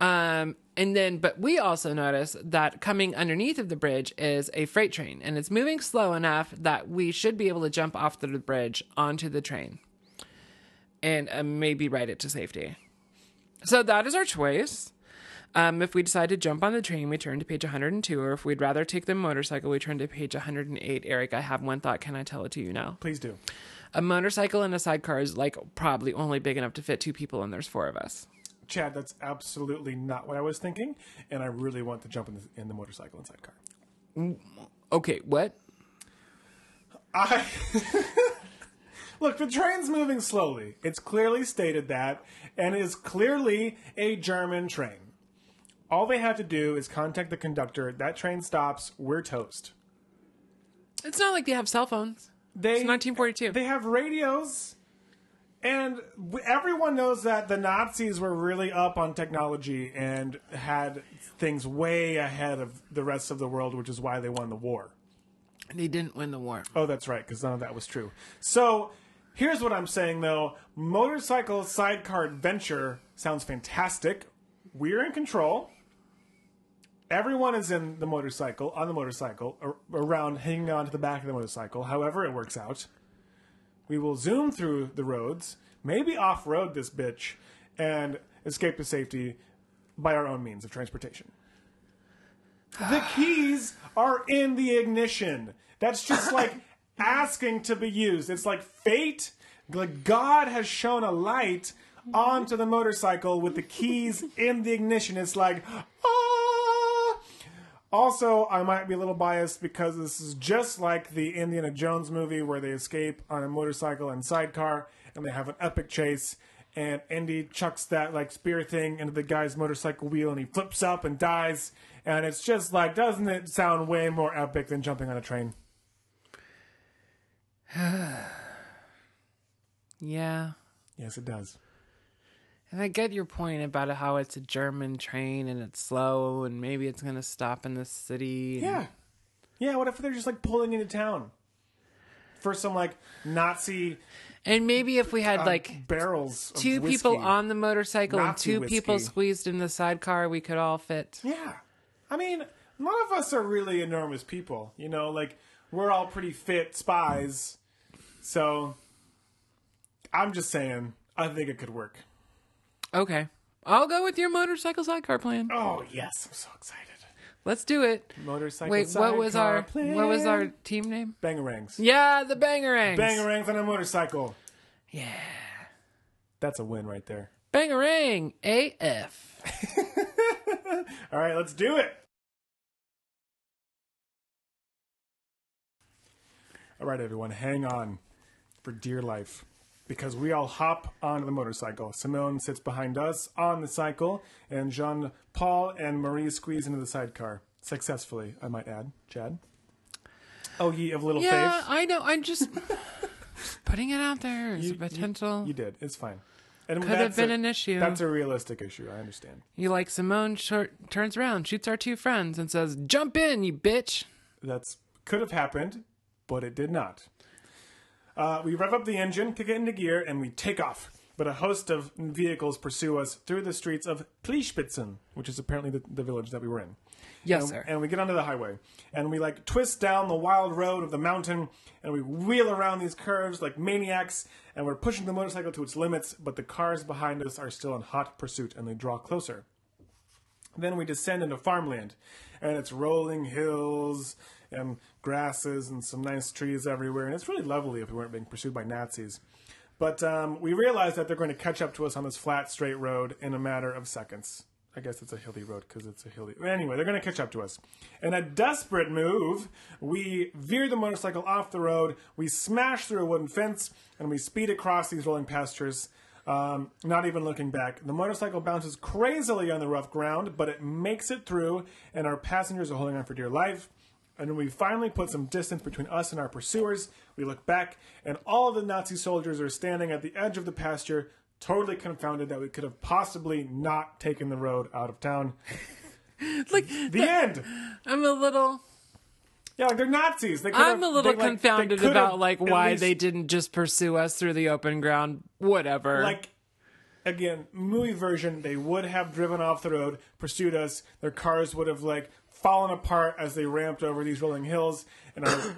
Speaker 2: Um, and then, but we also notice that coming underneath of the bridge is a freight train and it's moving slow enough that we should be able to jump off the bridge onto the train and uh, maybe ride it to safety. So that is our choice. Um, if we decide to jump on the train, we turn to page 102, or if we'd rather take the motorcycle, we turn to page 108. Eric, I have one thought. Can I tell it to you now?
Speaker 3: Please do.
Speaker 2: A motorcycle and a sidecar is like probably only big enough to fit two people, and there's four of us.
Speaker 3: Chad, that's absolutely not what I was thinking, and I really want to jump in the, in the motorcycle and sidecar.
Speaker 2: Okay, what?
Speaker 3: I look. The train's moving slowly. It's clearly stated that, and it is clearly a German train. All they have to do is contact the conductor. That train stops. We're toast.
Speaker 2: It's not like they have cell phones.
Speaker 3: They
Speaker 2: It's 1942.
Speaker 3: They have radios, and w- everyone knows that the Nazis were really up on technology and had things way ahead of the rest of the world, which is why they won the war.
Speaker 2: They didn't win the war.
Speaker 3: Oh, that's right, because none of that was true. So here's what I'm saying though Motorcycle Sidecar Adventure sounds fantastic. We're in control. Everyone is in the motorcycle, on the motorcycle, ar- around hanging on to the back of the motorcycle, however it works out. We will zoom through the roads, maybe off road this bitch, and escape to safety by our own means of transportation. The keys are in the ignition. That's just like asking to be used. It's like fate, like God has shown a light onto the motorcycle with the keys in the ignition. It's like, ah. Also, I might be a little biased because this is just like the Indiana Jones movie where they escape on a motorcycle and sidecar and they have an epic chase. And Indy chucks that like spear thing into the guy's motorcycle wheel and he flips up and dies. And it's just like, doesn't it sound way more epic than jumping on a train?
Speaker 2: Yeah.
Speaker 3: Yes, it does.
Speaker 2: And I get your point about how it's a German train and it's slow and maybe it's going to stop in this city. and-
Speaker 3: Yeah. Yeah, what if they're just like pulling into town for some like Nazi
Speaker 2: And maybe if we had
Speaker 3: uh,
Speaker 2: like
Speaker 3: barrels? of
Speaker 2: two people
Speaker 3: whiskey?
Speaker 2: on the motorcycle
Speaker 3: Nazi
Speaker 2: and two people
Speaker 3: whiskey.
Speaker 2: squeezed in the sidecar, we could all fit.
Speaker 3: Yeah. I mean, none of us are really enormous people. You know, like, we're all pretty fit spies. So, I'm just saying, I think it could work.
Speaker 2: Okay. I'll go with your motorcycle sidecar plan.
Speaker 3: Oh, yes. I'm so excited.
Speaker 2: Let's do it.
Speaker 3: Motorcycle
Speaker 2: Wait, what was
Speaker 3: sidecar
Speaker 2: our
Speaker 3: plan.
Speaker 2: what was our team name?
Speaker 3: Bangarangs.
Speaker 2: Yeah, the Bangerangs.
Speaker 3: Bangarangs on a motorcycle.
Speaker 2: Yeah.
Speaker 3: That's a win right there.
Speaker 2: Bangerang AF.
Speaker 3: All right, let's do it. All right, everyone, hang on for dear life because we all hop onto the motorcycle. Simone sits behind us on the cycle, and Jean Paul and Marie squeeze into the sidecar successfully, I might add. Chad? Oh, ye of little
Speaker 2: Yeah,
Speaker 3: faith.
Speaker 2: I know. I'm just putting it out there as a potential.
Speaker 3: You did. It's fine. And
Speaker 2: Could have
Speaker 3: that's
Speaker 2: been
Speaker 3: a-
Speaker 2: an issue.
Speaker 3: That's a realistic issue. I understand.
Speaker 2: You like Simone short, turns around, shoots our two friends, and says, "Jump in, you bitch!"
Speaker 3: that's could have happened, but it did not. Uh, we rev up the engine, kick it into gear, and we take off. But a host of vehicles pursue us through the streets of Klischpitzen, which is apparently the, the village that we were in.
Speaker 2: Yes,
Speaker 3: and,
Speaker 2: sir.
Speaker 3: And we get onto the highway, and we like twist down the wild road of the mountain, and we wheel around these curves like maniacs, and we're pushing the motorcycle to its limits. But the cars behind us are still in hot pursuit, and they draw closer. Then we descend into farmland, and it's rolling hills and grasses and some nice trees everywhere, and it's really lovely if we weren't being pursued by Nazis. But um, we realize that they're going to catch up to us on this flat, straight road in a matter of seconds. I guess it's a hilly road because it's a hilly. Anyway, they're going to catch up to us. In a desperate move, we veer the motorcycle off the road, we smash through a wooden fence, and we speed across these rolling pastures um, not even looking back. The motorcycle bounces crazily on the rough ground, but it makes it through, and our passengers are holding on for dear life. And when we finally put some distance between us and our pursuers, we look back, and all of the Nazi soldiers are standing at the edge of the pasture, totally confounded that we could have possibly not taken the road out of town.
Speaker 2: Like
Speaker 3: The end.
Speaker 2: I'm a little,
Speaker 3: Yeah, like they're Nazis. They could
Speaker 2: I'm
Speaker 3: have-
Speaker 2: a little
Speaker 3: they, like, they
Speaker 2: confounded
Speaker 3: could
Speaker 2: about
Speaker 3: have
Speaker 2: like
Speaker 3: at
Speaker 2: why
Speaker 3: least-
Speaker 2: they didn't just pursue us through the open ground. Whatever.
Speaker 3: like again movie version they would have driven off the road pursued us their cars would have like fallen apart as they ramped over these rolling hills and our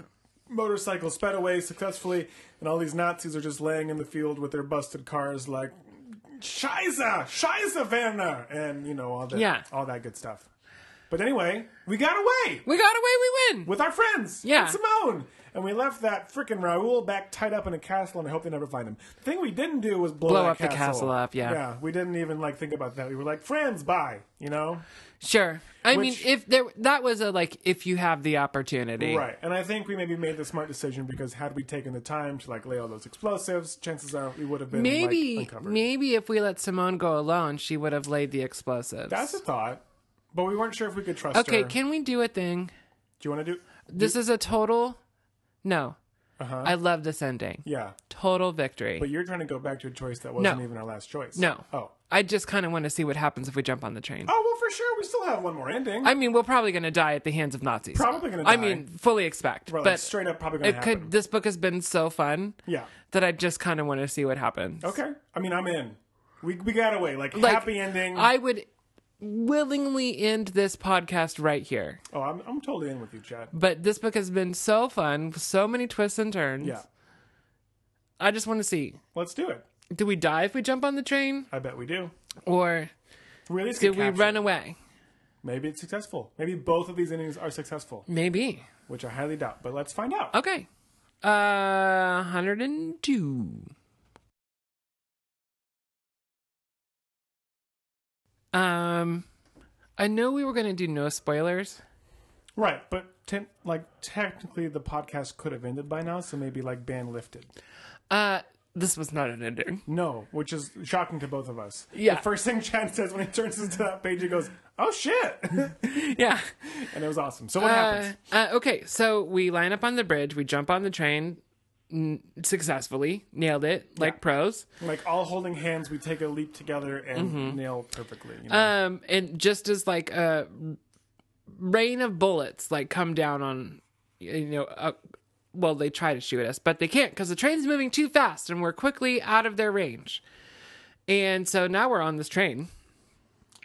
Speaker 3: motorcycle sped away successfully and all these nazis are just laying in the field with their busted cars like scheiße scheiße werner and you know all that
Speaker 2: Yeah.
Speaker 3: all that good stuff but anyway we got away
Speaker 2: we got away, we win.
Speaker 3: with our friends
Speaker 2: Yeah.
Speaker 3: and simone And we left that frickin' Raoul back tied up in a castle, and I hope they never find him. The thing we didn't do was blow,
Speaker 2: Blow
Speaker 3: that
Speaker 2: up the castle up, yeah.
Speaker 3: Yeah, we didn't even like think about that. We were like, friends, bye, you know?
Speaker 2: Sure. I mean,
Speaker 3: Which-
Speaker 2: if there that was a like if you have the opportunity.
Speaker 3: Right. And I think we maybe made the smart decision because had we taken the time to like lay all those explosives, chances are we would have been
Speaker 2: Maybe
Speaker 3: like, uncovered.
Speaker 2: maybe if we let Simone go alone, she would have laid the explosives.
Speaker 3: That's a thought. But we weren't sure if we could trust
Speaker 2: okay,
Speaker 3: her.
Speaker 2: can we do a thing?
Speaker 3: Do you Uh-huh. want to do?
Speaker 2: This is a total No. I love this ending.
Speaker 3: Yeah.
Speaker 2: Total victory.
Speaker 3: But you're trying to go back to a choice that wasn't even our last choice.
Speaker 2: No.
Speaker 3: Oh.
Speaker 2: I just kind of want to see what happens if we jump on the train.
Speaker 3: Oh, well, for sure. We still have one more ending.
Speaker 2: I mean, we're probably going to die at the hands of Nazis.
Speaker 3: Probably gonna
Speaker 2: I
Speaker 3: die.
Speaker 2: mean, fully expect.
Speaker 3: We're, like,
Speaker 2: but
Speaker 3: straight up probably going
Speaker 2: it
Speaker 3: to
Speaker 2: could.
Speaker 3: happen.
Speaker 2: This book has been so fun
Speaker 3: Yeah.
Speaker 2: that I just kind of want to see what happens.
Speaker 3: Okay. I mean, I'm in. We, we got away. Like,
Speaker 2: Like,
Speaker 3: happy ending.
Speaker 2: I would willingly end this podcast right here.
Speaker 3: oh, I'm, I'm totally in with you, Chad.
Speaker 2: But this book has been so fun, so many twists and turns.
Speaker 3: Yeah.
Speaker 2: I just want to see:
Speaker 3: Let's do it.
Speaker 2: do we die if we jump on the train,
Speaker 3: I bet we do.
Speaker 2: or
Speaker 3: We at least
Speaker 2: do
Speaker 3: get
Speaker 2: we
Speaker 3: captured.
Speaker 2: run away?
Speaker 3: Maybe it's successful. Maybe both of these endings are successful,
Speaker 2: Maybe.
Speaker 3: which I highly doubt. But let's find out.
Speaker 2: Okay. Uh, hundred and two. Um, I know we were gonna do no spoilers.
Speaker 3: Right, but ten, like technically the podcast could have ended by now, so maybe like ban lifted.
Speaker 2: Uh, this was not an ending.
Speaker 3: No, which is shocking to both of us.
Speaker 2: Yeah.
Speaker 3: The first thing Chad says when he turns into that page, he goes, "Oh shit,"
Speaker 2: Yeah.
Speaker 3: and it was awesome. So what
Speaker 2: Uh,
Speaker 3: happens?
Speaker 2: uh, okay, so we line up on the bridge. We jump on the train n- successfully. Nailed it, like pros.
Speaker 3: Like all holding hands, we take a leap together and
Speaker 2: mm-hmm.
Speaker 3: nail perfectly. You know?
Speaker 2: Um, and just as like a rain of bullets like come down on, you know, uh, well they try to shoot us, but they can't because the train's moving too fast and we're quickly out of their range. And so now we're on this train,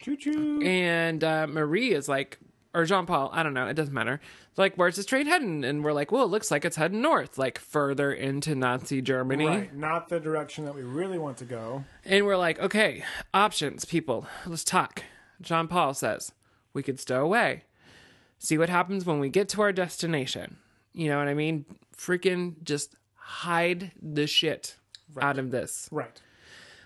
Speaker 3: choo choo.
Speaker 2: and uh, Marie is like, or Jean Paul, I don't know, it doesn't matter. Like, where's this train heading? And we're like, well, it looks like it's heading north, like further into Nazi Germany.
Speaker 3: Right, not the direction that we really want to go.
Speaker 2: And we're like, okay, options, people, let's talk. John Paul says, we could stow away. See what happens when we get to our destination. You know what I mean? Freaking just hide the shit out of this.
Speaker 3: Right.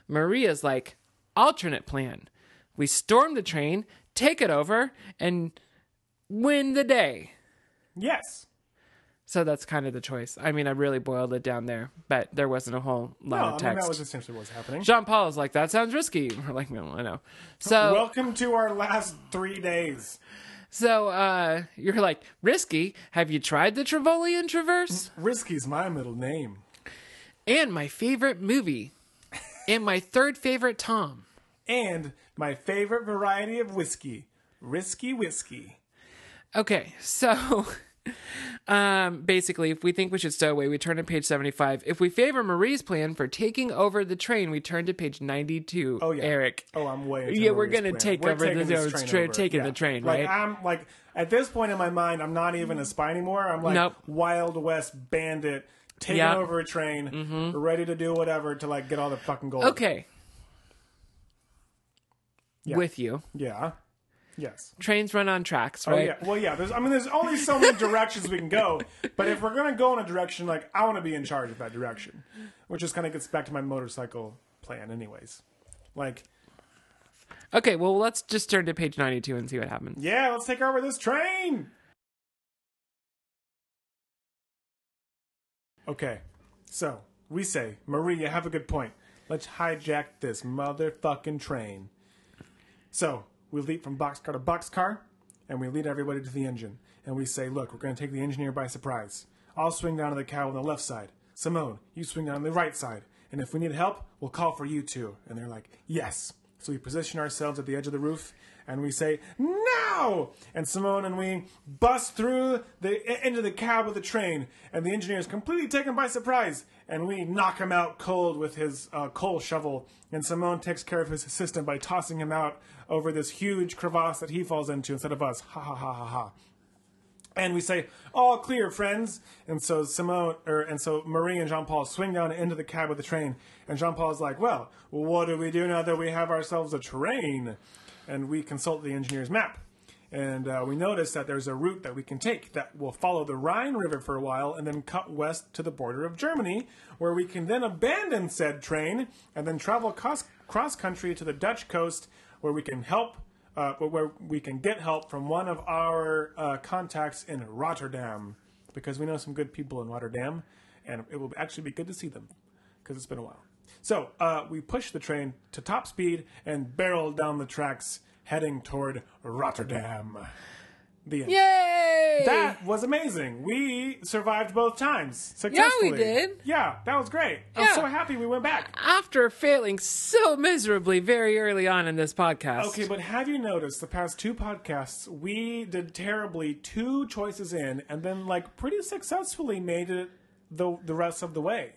Speaker 2: Maria's like, alternate plan. We storm the train, take it over, and win the day.
Speaker 3: Yes.
Speaker 2: So that's kind of the choice. I mean, I really boiled it down there, but there wasn't a whole lot
Speaker 3: No, I
Speaker 2: of
Speaker 3: mean,
Speaker 2: text.
Speaker 3: that was essentially what's happening.
Speaker 2: John Paul is like, that sounds risky. We're like, no, I know. So,
Speaker 3: Welcome to our last three days.
Speaker 2: so uh, you're like, risky. Have you tried the Trevolian Traverse?
Speaker 3: Risky's my middle name.
Speaker 2: And my favorite movie, and my third favorite Tom.
Speaker 3: and my favorite variety of whiskey, risky whiskey.
Speaker 2: Okay, so um, basically, if we think we should stow away, we turn to page seventy-five. If we favor Marie's plan for taking over the train, we turn to page ninety-two.
Speaker 3: Oh yeah,
Speaker 2: Eric.
Speaker 3: Oh, I'm way. into
Speaker 2: Yeah, we're
Speaker 3: Marie's
Speaker 2: gonna
Speaker 3: plan.
Speaker 2: take
Speaker 3: We're
Speaker 2: over
Speaker 3: taking
Speaker 2: the-
Speaker 3: this
Speaker 2: no,
Speaker 3: train
Speaker 2: straight-
Speaker 3: over.
Speaker 2: taking the train,
Speaker 3: Like,
Speaker 2: right?
Speaker 3: I'm like at this point in my mind, I'm not even a spy anymore. I'm like
Speaker 2: Nope.
Speaker 3: Wild West bandit taking
Speaker 2: Yep. Mm-hmm.
Speaker 3: over a train, ready to do whatever to like get all the fucking gold.
Speaker 2: Okay. With you,
Speaker 3: Yeah. Yes.
Speaker 2: trains run on tracks,
Speaker 3: Oh
Speaker 2: right?
Speaker 3: yeah. Well, yeah. There's, I mean, there's only so many directions we can go. But if we're gonna go in a direction, like I want to be in charge of that direction, which just kind of gets back to my motorcycle plan, anyways. Like,
Speaker 2: Okay, well, let's just turn to page 92 and see what happens.
Speaker 3: yeah, let's take over this train. Okay, so we say, Marie, you have a good point. Let's hijack this motherfucking train. So we leap from boxcar to boxcar, and we lead everybody to the engine. And we say, look, we're going to take the engineer by surprise. I'll swing down to the cow on the left side. Simone, you swing down to the right side. And if we need help, we'll call for you two. And they're like, yes. So we position ourselves at the edge of the roof, and we say, now! And Simone and we bust through the into the cab of the train, and the engineer is completely taken by surprise. And we knock him out cold with his uh, coal shovel. And Simone takes care of his assistant by tossing him out over this huge crevasse that he falls into instead of us. Ha ha ha ha ha. And we say, "All clear, friends." And so Simone, or and so Marie and Jean Paul swing down into the cab of the train. And Jean Paul's like, "Well, what do we do now that we have ourselves a train?" And we consult the engineer's map. And uh, we notice that there's a route that we can take that will follow the Rhine River for a while and then cut west to the border of Germany, where we can then abandon said train and then travel cross, cross country to the Dutch coast, where we can help, uh, where we can get help from one of our uh, contacts in Rotterdam, because we know some good people in Rotterdam, and it will actually be good to see them, because it's been a while. So uh, we push the train to top speed and barrel down the tracks, heading toward Rotterdam. The end.
Speaker 2: Yay!
Speaker 3: That was amazing. We survived both times successfully.
Speaker 2: did.
Speaker 3: Yeah, that was great.
Speaker 2: Yeah.
Speaker 3: I'm so happy we went back.
Speaker 2: After failing so miserably very early on in this podcast.
Speaker 3: Okay, but have you noticed the past two podcasts we did terribly two choices in, and then like pretty successfully made it the the rest of the way.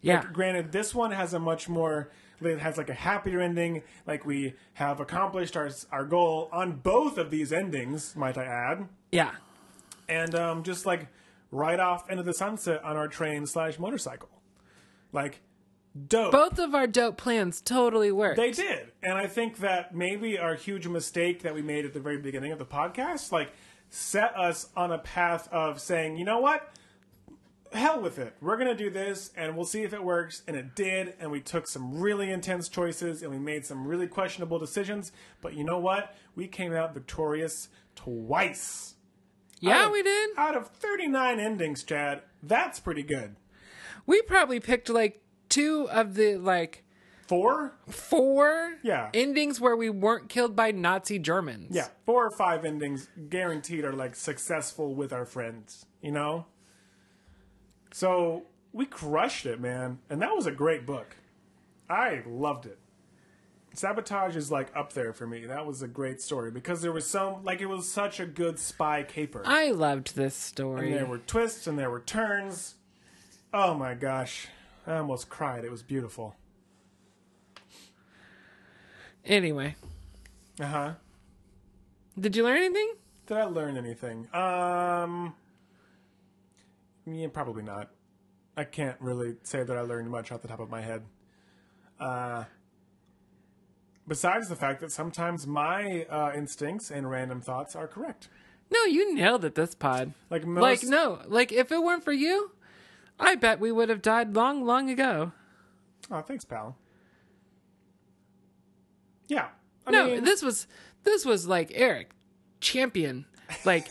Speaker 2: yeah.
Speaker 3: granted this one has a much more it has like a happier ending like we have accomplished our our goal on both of these endings might i add
Speaker 2: yeah.
Speaker 3: and um just like right off into the sunset on our train slash motorcycle like dope
Speaker 2: Both of our dope plans totally worked.
Speaker 3: they did and i think that maybe our huge mistake that we made at the very beginning of the podcast like set us on a path of saying you know what hell with it. We're going to do this and we'll see if it works. And it did. And we took some really intense choices and we made some really questionable decisions. But you know what? We came out victorious twice.
Speaker 2: yeah,
Speaker 3: Out of-
Speaker 2: we did.
Speaker 3: Out of 39 endings, Chad, that's pretty good.
Speaker 2: We probably picked like two of the like
Speaker 3: Four?
Speaker 2: four
Speaker 3: Yeah.
Speaker 2: endings where we weren't killed by Nazi Germans.
Speaker 3: Yeah, four or five endings guaranteed are like successful with our friends, you know? So we crushed it, man. And that was a great book. I loved it. Sabotage is like up there for me. That was a great story because there was some, like, it was such a good spy caper.
Speaker 2: I loved this
Speaker 3: And
Speaker 2: story.
Speaker 3: there were twists and there were turns. Oh my gosh. I almost cried. It was beautiful.
Speaker 2: Anyway,
Speaker 3: Uh huh.
Speaker 2: did you learn anything?
Speaker 3: Did I learn anything? Um, yeah, probably not. I can't really say that I learned much off the top of my head. Uh, besides the fact that sometimes my uh, instincts and random thoughts are correct.
Speaker 2: No, you nailed it this pod.
Speaker 3: Like most,
Speaker 2: Like no, like if it weren't for you, I bet we would have died long, long ago.
Speaker 3: Oh, thanks, pal. Yeah. I
Speaker 2: no,
Speaker 3: mean,
Speaker 2: this was this was like Eric, champion. Like,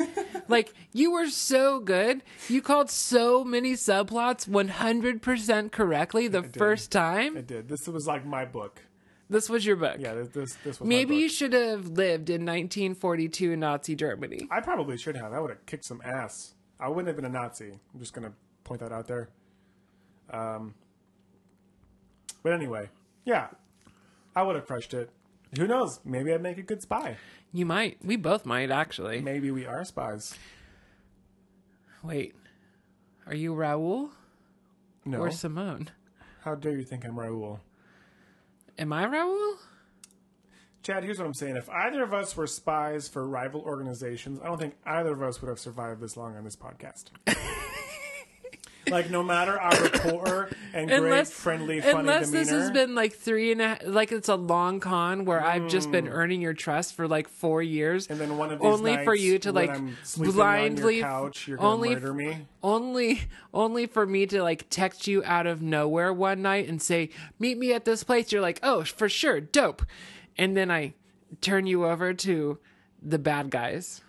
Speaker 2: like you were so good. You called so many subplots one hundred percent correctly the first
Speaker 3: I
Speaker 2: time.
Speaker 3: did. This was like my book.
Speaker 2: This was your book.
Speaker 3: Yeah, this this, this was
Speaker 2: Maybe
Speaker 3: My
Speaker 2: you
Speaker 3: book.
Speaker 2: should have lived in 1942 Nazi Germany.
Speaker 3: I probably should have. I would have kicked some ass. I wouldn't have been a Nazi. I'm just gonna point that out there. Um, but anyway, yeah, I would have crushed it. Who knows? Maybe I'd make a good spy.
Speaker 2: You might. We both might actually.
Speaker 3: Maybe we are spies.
Speaker 2: Wait, are you Raoul
Speaker 3: No,
Speaker 2: or Simone?
Speaker 3: how dare you think I'm Raoul?
Speaker 2: Am I Raoul?
Speaker 3: Chad, here's what I'm saying. If either of us were spies for rival organizations, I don't think either of us would have survived this long on this podcast. like, no matter our rapport and great, friendly, funny
Speaker 2: unless
Speaker 3: demeanor.
Speaker 2: this has been like three and a half, like it's a long con where I've just been earning your trust for like four years,
Speaker 3: Mm. And then one of these
Speaker 2: only for
Speaker 3: nights
Speaker 2: you to
Speaker 3: when
Speaker 2: like
Speaker 3: I'm sleeping
Speaker 2: blindly,
Speaker 3: on your couch, you're gonna
Speaker 2: only
Speaker 3: murder me.
Speaker 2: only, only for me to like text you out of nowhere one night and say, "Meet me at this place." You're like, "Oh, for sure, dope," and then I turn you over to the bad guys.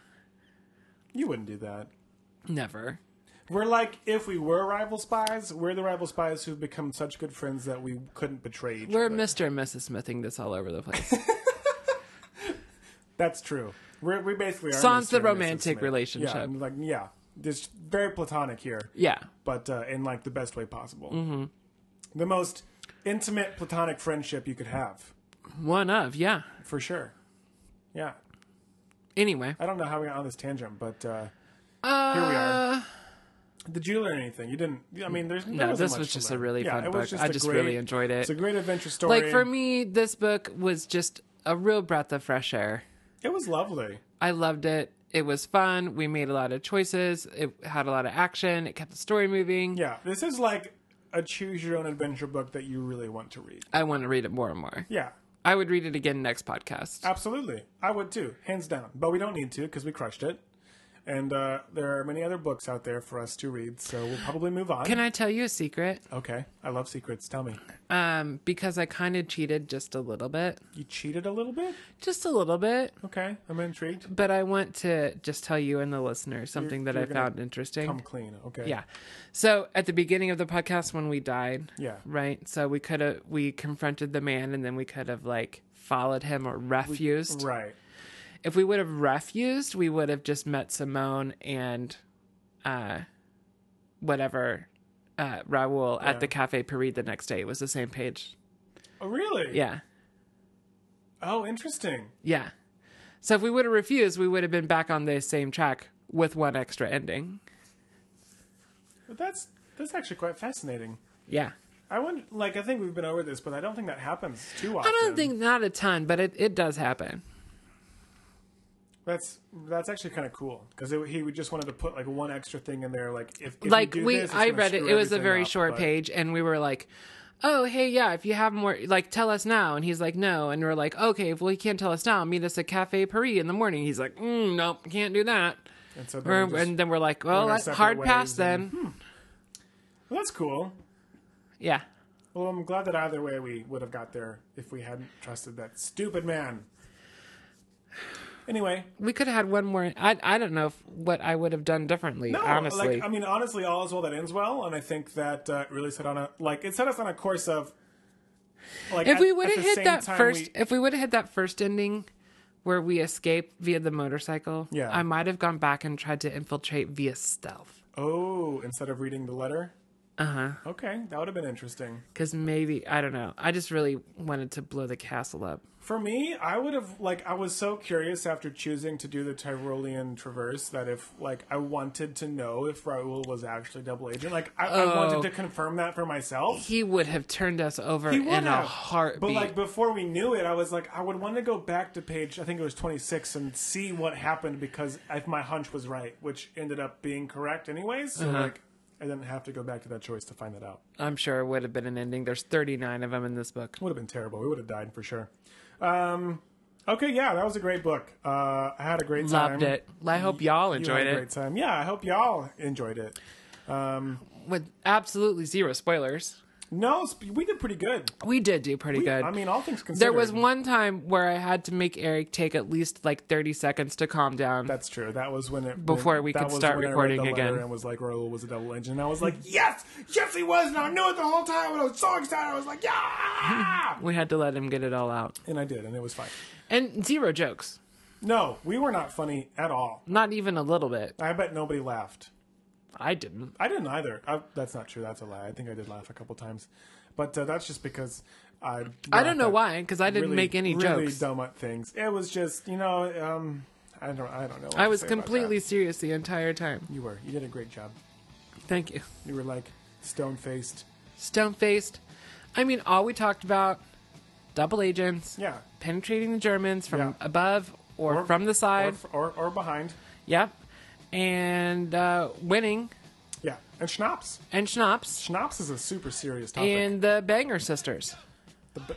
Speaker 3: You wouldn't do that.
Speaker 2: Never.
Speaker 3: We're like if we were rival spies, we're the rival spies who've become such good friends that we couldn't betray each
Speaker 2: We're
Speaker 3: other.
Speaker 2: Mr. and Mrs. Smithing this all over the place.
Speaker 3: That's true. We're, we basically are.
Speaker 2: Sans
Speaker 3: Mr.
Speaker 2: the
Speaker 3: and Mrs.
Speaker 2: romantic
Speaker 3: Smith.
Speaker 2: relationship.
Speaker 3: Yeah, and like yeah, this very platonic here,
Speaker 2: yeah.
Speaker 3: but uh, in like the best way possible. Mm-hmm. The most intimate platonic friendship you could have,
Speaker 2: One of, yeah.
Speaker 3: for sure. Yeah,
Speaker 2: Anyway.
Speaker 3: I don't know how we got on this tangent, but uh, here we are.
Speaker 2: Uh,
Speaker 3: Did you learn anything? You didn't. I mean, there's
Speaker 2: No,
Speaker 3: there wasn't
Speaker 2: this
Speaker 3: much
Speaker 2: was
Speaker 3: to
Speaker 2: just
Speaker 3: learn.
Speaker 2: a really
Speaker 3: Yeah,
Speaker 2: fun
Speaker 3: it was
Speaker 2: book. I
Speaker 3: a
Speaker 2: just
Speaker 3: great-
Speaker 2: really enjoyed it.
Speaker 3: It's a great adventure story.
Speaker 2: like for me, this book was just a real breath of fresh air.
Speaker 3: it was lovely.
Speaker 2: I loved it. It was fun. We made a lot of choices. It had a lot of action. It kept the story moving.
Speaker 3: Yeah, this is like a choose your own adventure book that you really want to read.
Speaker 2: I want to read it more and more.
Speaker 3: Yeah,
Speaker 2: I would read it again next podcast.
Speaker 3: Absolutely. I would too, hands down. But we don't need to because we crushed it. And uh, there are many other books out there for us to read, so we'll probably move on.
Speaker 2: Can I tell you a secret?
Speaker 3: okay. I love secrets. Tell me.
Speaker 2: Um, because I kind of cheated just a little bit,
Speaker 3: You cheated a little bit?
Speaker 2: just a little bit.
Speaker 3: Okay. I'm intrigued.
Speaker 2: But I want to just tell you and the listener something that
Speaker 3: you're
Speaker 2: I
Speaker 3: gonna
Speaker 2: found interesting.
Speaker 3: Come clean. Okay.
Speaker 2: Yeah. So at the beginning of the podcast when we died,
Speaker 3: Yeah.
Speaker 2: right? So we could have we confronted the man and then we could have like followed him or refused.
Speaker 3: Right.
Speaker 2: If we would have refused, we would have just met Simone and uh whatever uh Raul at the Cafe Paris the next day. It was the same page.
Speaker 3: Oh, really?
Speaker 2: Yeah.
Speaker 3: Oh, interesting.
Speaker 2: Yeah. So if we would have refused, we would have been back on the same track with one extra ending.
Speaker 3: But that's that's actually quite fascinating.
Speaker 2: Yeah.
Speaker 3: I wonder, like, I think we've been over this, but I don't think that happens too often.
Speaker 2: I don't think not a ton, but it, it does happen.
Speaker 3: that's that's actually kind of cool because he would just wanted to put like one extra thing in there, like if, if you
Speaker 2: like
Speaker 3: do
Speaker 2: we
Speaker 3: this, it's
Speaker 2: i
Speaker 3: gonna
Speaker 2: read it
Speaker 3: screw
Speaker 2: it was a
Speaker 3: everything
Speaker 2: very
Speaker 3: up,
Speaker 2: short
Speaker 3: but-
Speaker 2: page and we were like oh hey yeah if you have more like tell us now and he's like no and we're like okay well you can't tell us now meet us at cafe paris in the morning he's like mm, nope can't do that
Speaker 3: And so
Speaker 2: We're-
Speaker 3: then we just-
Speaker 2: and then we're like well
Speaker 3: went our
Speaker 2: that-
Speaker 3: separate
Speaker 2: hard pass
Speaker 3: ways
Speaker 2: then
Speaker 3: and- Hmm. well, that's cool.
Speaker 2: yeah
Speaker 3: Well, I'm glad that either way we would have got there if we hadn't trusted that stupid man. Anyway,
Speaker 2: we could have had one more i, I don't know if, what i would have done differently
Speaker 3: no,
Speaker 2: honestly
Speaker 3: like I mean, honestly, all is well that ends well, and I think that uh, it really set on a like it set us on a course of like
Speaker 2: if
Speaker 3: at-
Speaker 2: we
Speaker 3: at
Speaker 2: would
Speaker 3: the
Speaker 2: have
Speaker 3: same
Speaker 2: hit that
Speaker 3: time
Speaker 2: first
Speaker 3: we-
Speaker 2: if we would have hit that first ending where we escape via the motorcycle
Speaker 3: Yeah.
Speaker 2: i might have gone back and tried to infiltrate via stealth
Speaker 3: Oh, instead of reading the letter?
Speaker 2: Uh-huh.
Speaker 3: Uh huh. Okay, that would have been interesting.
Speaker 2: because maybe I don't know. I just really wanted to blow the castle up.
Speaker 3: For me, I would have, like, I was so curious after choosing to do the Tyrolean Traverse that if, like, I wanted to know if Raoul was actually double agent, like, I, I wanted
Speaker 2: Oh.
Speaker 3: to confirm that for myself.
Speaker 2: He would have turned us over
Speaker 3: He
Speaker 2: in
Speaker 3: would
Speaker 2: a
Speaker 3: have.
Speaker 2: heartbeat.
Speaker 3: But, like, before we knew it, I was like, I would want to go back to page, I think it was 26, and see what happened because if my hunch was right, which ended up being correct anyways. So,
Speaker 2: Uh-huh.
Speaker 3: like, I didn't have to go back to that choice to find that out.
Speaker 2: I'm sure it would have been an ending. There's 39 of them in this book.
Speaker 3: would have been terrible. We would have died for sure. Um, okay, yeah, that was a great book. Uh, I had a great time.
Speaker 2: Loved it. Well, I hope y'all
Speaker 3: You had
Speaker 2: enjoyed
Speaker 3: a great
Speaker 2: it
Speaker 3: time. Yeah, I hope y'all enjoyed it.
Speaker 2: with absolutely zero spoilers.
Speaker 3: No, sp- we did pretty good.
Speaker 2: We did do pretty good.
Speaker 3: I mean, all things considered,
Speaker 2: there was one time where I had to make Eric take at least like 30 seconds to calm down.
Speaker 3: That's true. That was when it
Speaker 2: Before
Speaker 3: when-
Speaker 2: we
Speaker 3: that
Speaker 2: could
Speaker 3: was
Speaker 2: start
Speaker 3: when I read
Speaker 2: recording
Speaker 3: the letter
Speaker 2: again.
Speaker 3: And was like, Raul was a double engine. And I was like, yes, yes, he was. And I knew it the whole time. And I was so excited. I was like, yeah.
Speaker 2: we had to let him get it all out.
Speaker 3: and I did, and it was fine.
Speaker 2: And zero jokes.
Speaker 3: No, we were not funny at all.
Speaker 2: Not even a little bit.
Speaker 3: I bet nobody laughed.
Speaker 2: I didn't.
Speaker 3: I didn't either. I, that's not true. That's a lie. I think I did laugh a couple times, but uh, that's just because I.
Speaker 2: I don't know
Speaker 3: laughed at
Speaker 2: why, because I didn't
Speaker 3: really-
Speaker 2: make any
Speaker 3: really
Speaker 2: jokes.
Speaker 3: dumb at things. It was just you know. Um, I don't. I don't know. what
Speaker 2: I
Speaker 3: to
Speaker 2: was
Speaker 3: say about
Speaker 2: completely
Speaker 3: that.
Speaker 2: serious the entire time.
Speaker 3: You were. You did a great job.
Speaker 2: Thank you.
Speaker 3: You were like stone faced.
Speaker 2: Stone faced. I mean, all we talked about double agents,
Speaker 3: Yeah.
Speaker 2: penetrating the Germans from
Speaker 3: Yeah.
Speaker 2: above or, from the side.
Speaker 3: or, or or behind.
Speaker 2: yep. And uh, winning
Speaker 3: Yeah, and schnapps.
Speaker 2: and Schnapps
Speaker 3: Schnapps is a super serious topic.
Speaker 2: and the Banger sisters.
Speaker 3: the ba-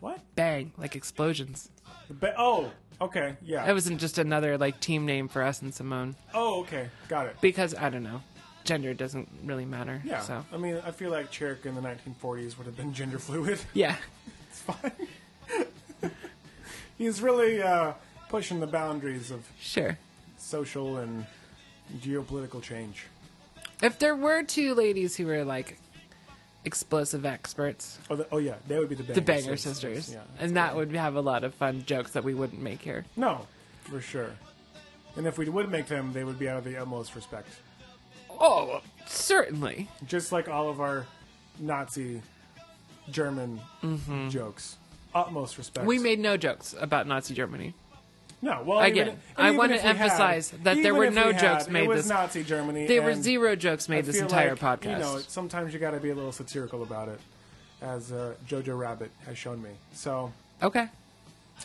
Speaker 3: what?
Speaker 2: Bang, like explosions.
Speaker 3: The ba- oh, okay. Yeah.
Speaker 2: That wasn't just another like team name for us and Simone
Speaker 3: oh, okay. Got it.
Speaker 2: because I don't know. Gender doesn't really matter.
Speaker 3: Yeah.
Speaker 2: So,
Speaker 3: I mean, I feel like Cherokee in the 1940s would have been gender fluid.
Speaker 2: yeah.
Speaker 3: It's fine. He's really uh, pushing the boundaries of
Speaker 2: Sure.
Speaker 3: social and geopolitical change.
Speaker 2: If there were two ladies who were like explosive experts,
Speaker 3: Oh, the, oh yeah, they would be the banger,
Speaker 2: the Banger
Speaker 3: sis-
Speaker 2: Sisters,
Speaker 3: Yeah.
Speaker 2: and that would have a lot of fun jokes that we wouldn't make here.
Speaker 3: No, for sure. And if we would make them, they would be out of the utmost respect.
Speaker 2: Oh, certainly.
Speaker 3: Just like all of our Nazi German jokes. Utmost respect.
Speaker 2: Mm-hmm. We made no jokes about Nazi Germany.
Speaker 3: no. Well,
Speaker 2: Again,
Speaker 3: even,
Speaker 2: I
Speaker 3: even
Speaker 2: wanna
Speaker 3: if we had-
Speaker 2: emphasize that there
Speaker 3: even
Speaker 2: were
Speaker 3: if
Speaker 2: no
Speaker 3: we
Speaker 2: jokes
Speaker 3: had,
Speaker 2: made
Speaker 3: It was
Speaker 2: this-
Speaker 3: Nazi Germany.
Speaker 2: There were
Speaker 3: and-
Speaker 2: zero jokes made this
Speaker 3: feel
Speaker 2: entire
Speaker 3: like,
Speaker 2: podcast.
Speaker 3: You know, sometimes you got to be a little satirical about it, as uh, Jojo Rabbit has shown me. So,
Speaker 2: okay,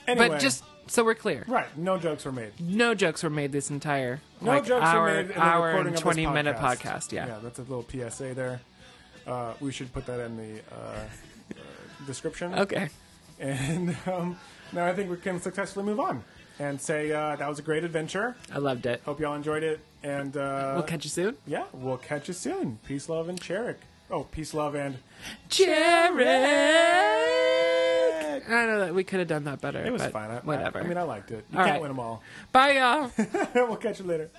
Speaker 3: anyway,
Speaker 2: but just so we're clear,
Speaker 3: right, no jokes were made.
Speaker 2: no jokes were made this entire
Speaker 3: No
Speaker 2: like,
Speaker 3: jokes
Speaker 2: hour,
Speaker 3: were made in the
Speaker 2: hour
Speaker 3: recording
Speaker 2: and
Speaker 3: of this
Speaker 2: twenty minute podcast. Yeah.
Speaker 3: yeah, that's a little PSA there. Uh, we should put that in the uh, uh, description.
Speaker 2: Okay.
Speaker 3: And um, now I think we can successfully move on and say uh, that was a great adventure.
Speaker 2: I loved it.
Speaker 3: Hope y'all enjoyed it. And uh,
Speaker 2: We'll catch you soon.
Speaker 3: yeah, we'll catch you soon. Peace, love, and Cherik. Oh, peace, love, and
Speaker 2: Jared! I know that we could have done that better.
Speaker 3: it was
Speaker 2: but
Speaker 3: fine. I, I-
Speaker 2: whatever.
Speaker 3: I, mean, I liked it. You
Speaker 2: All
Speaker 3: can't
Speaker 2: right.
Speaker 3: win them all.
Speaker 2: Bye, y'all.
Speaker 3: we'll catch you later.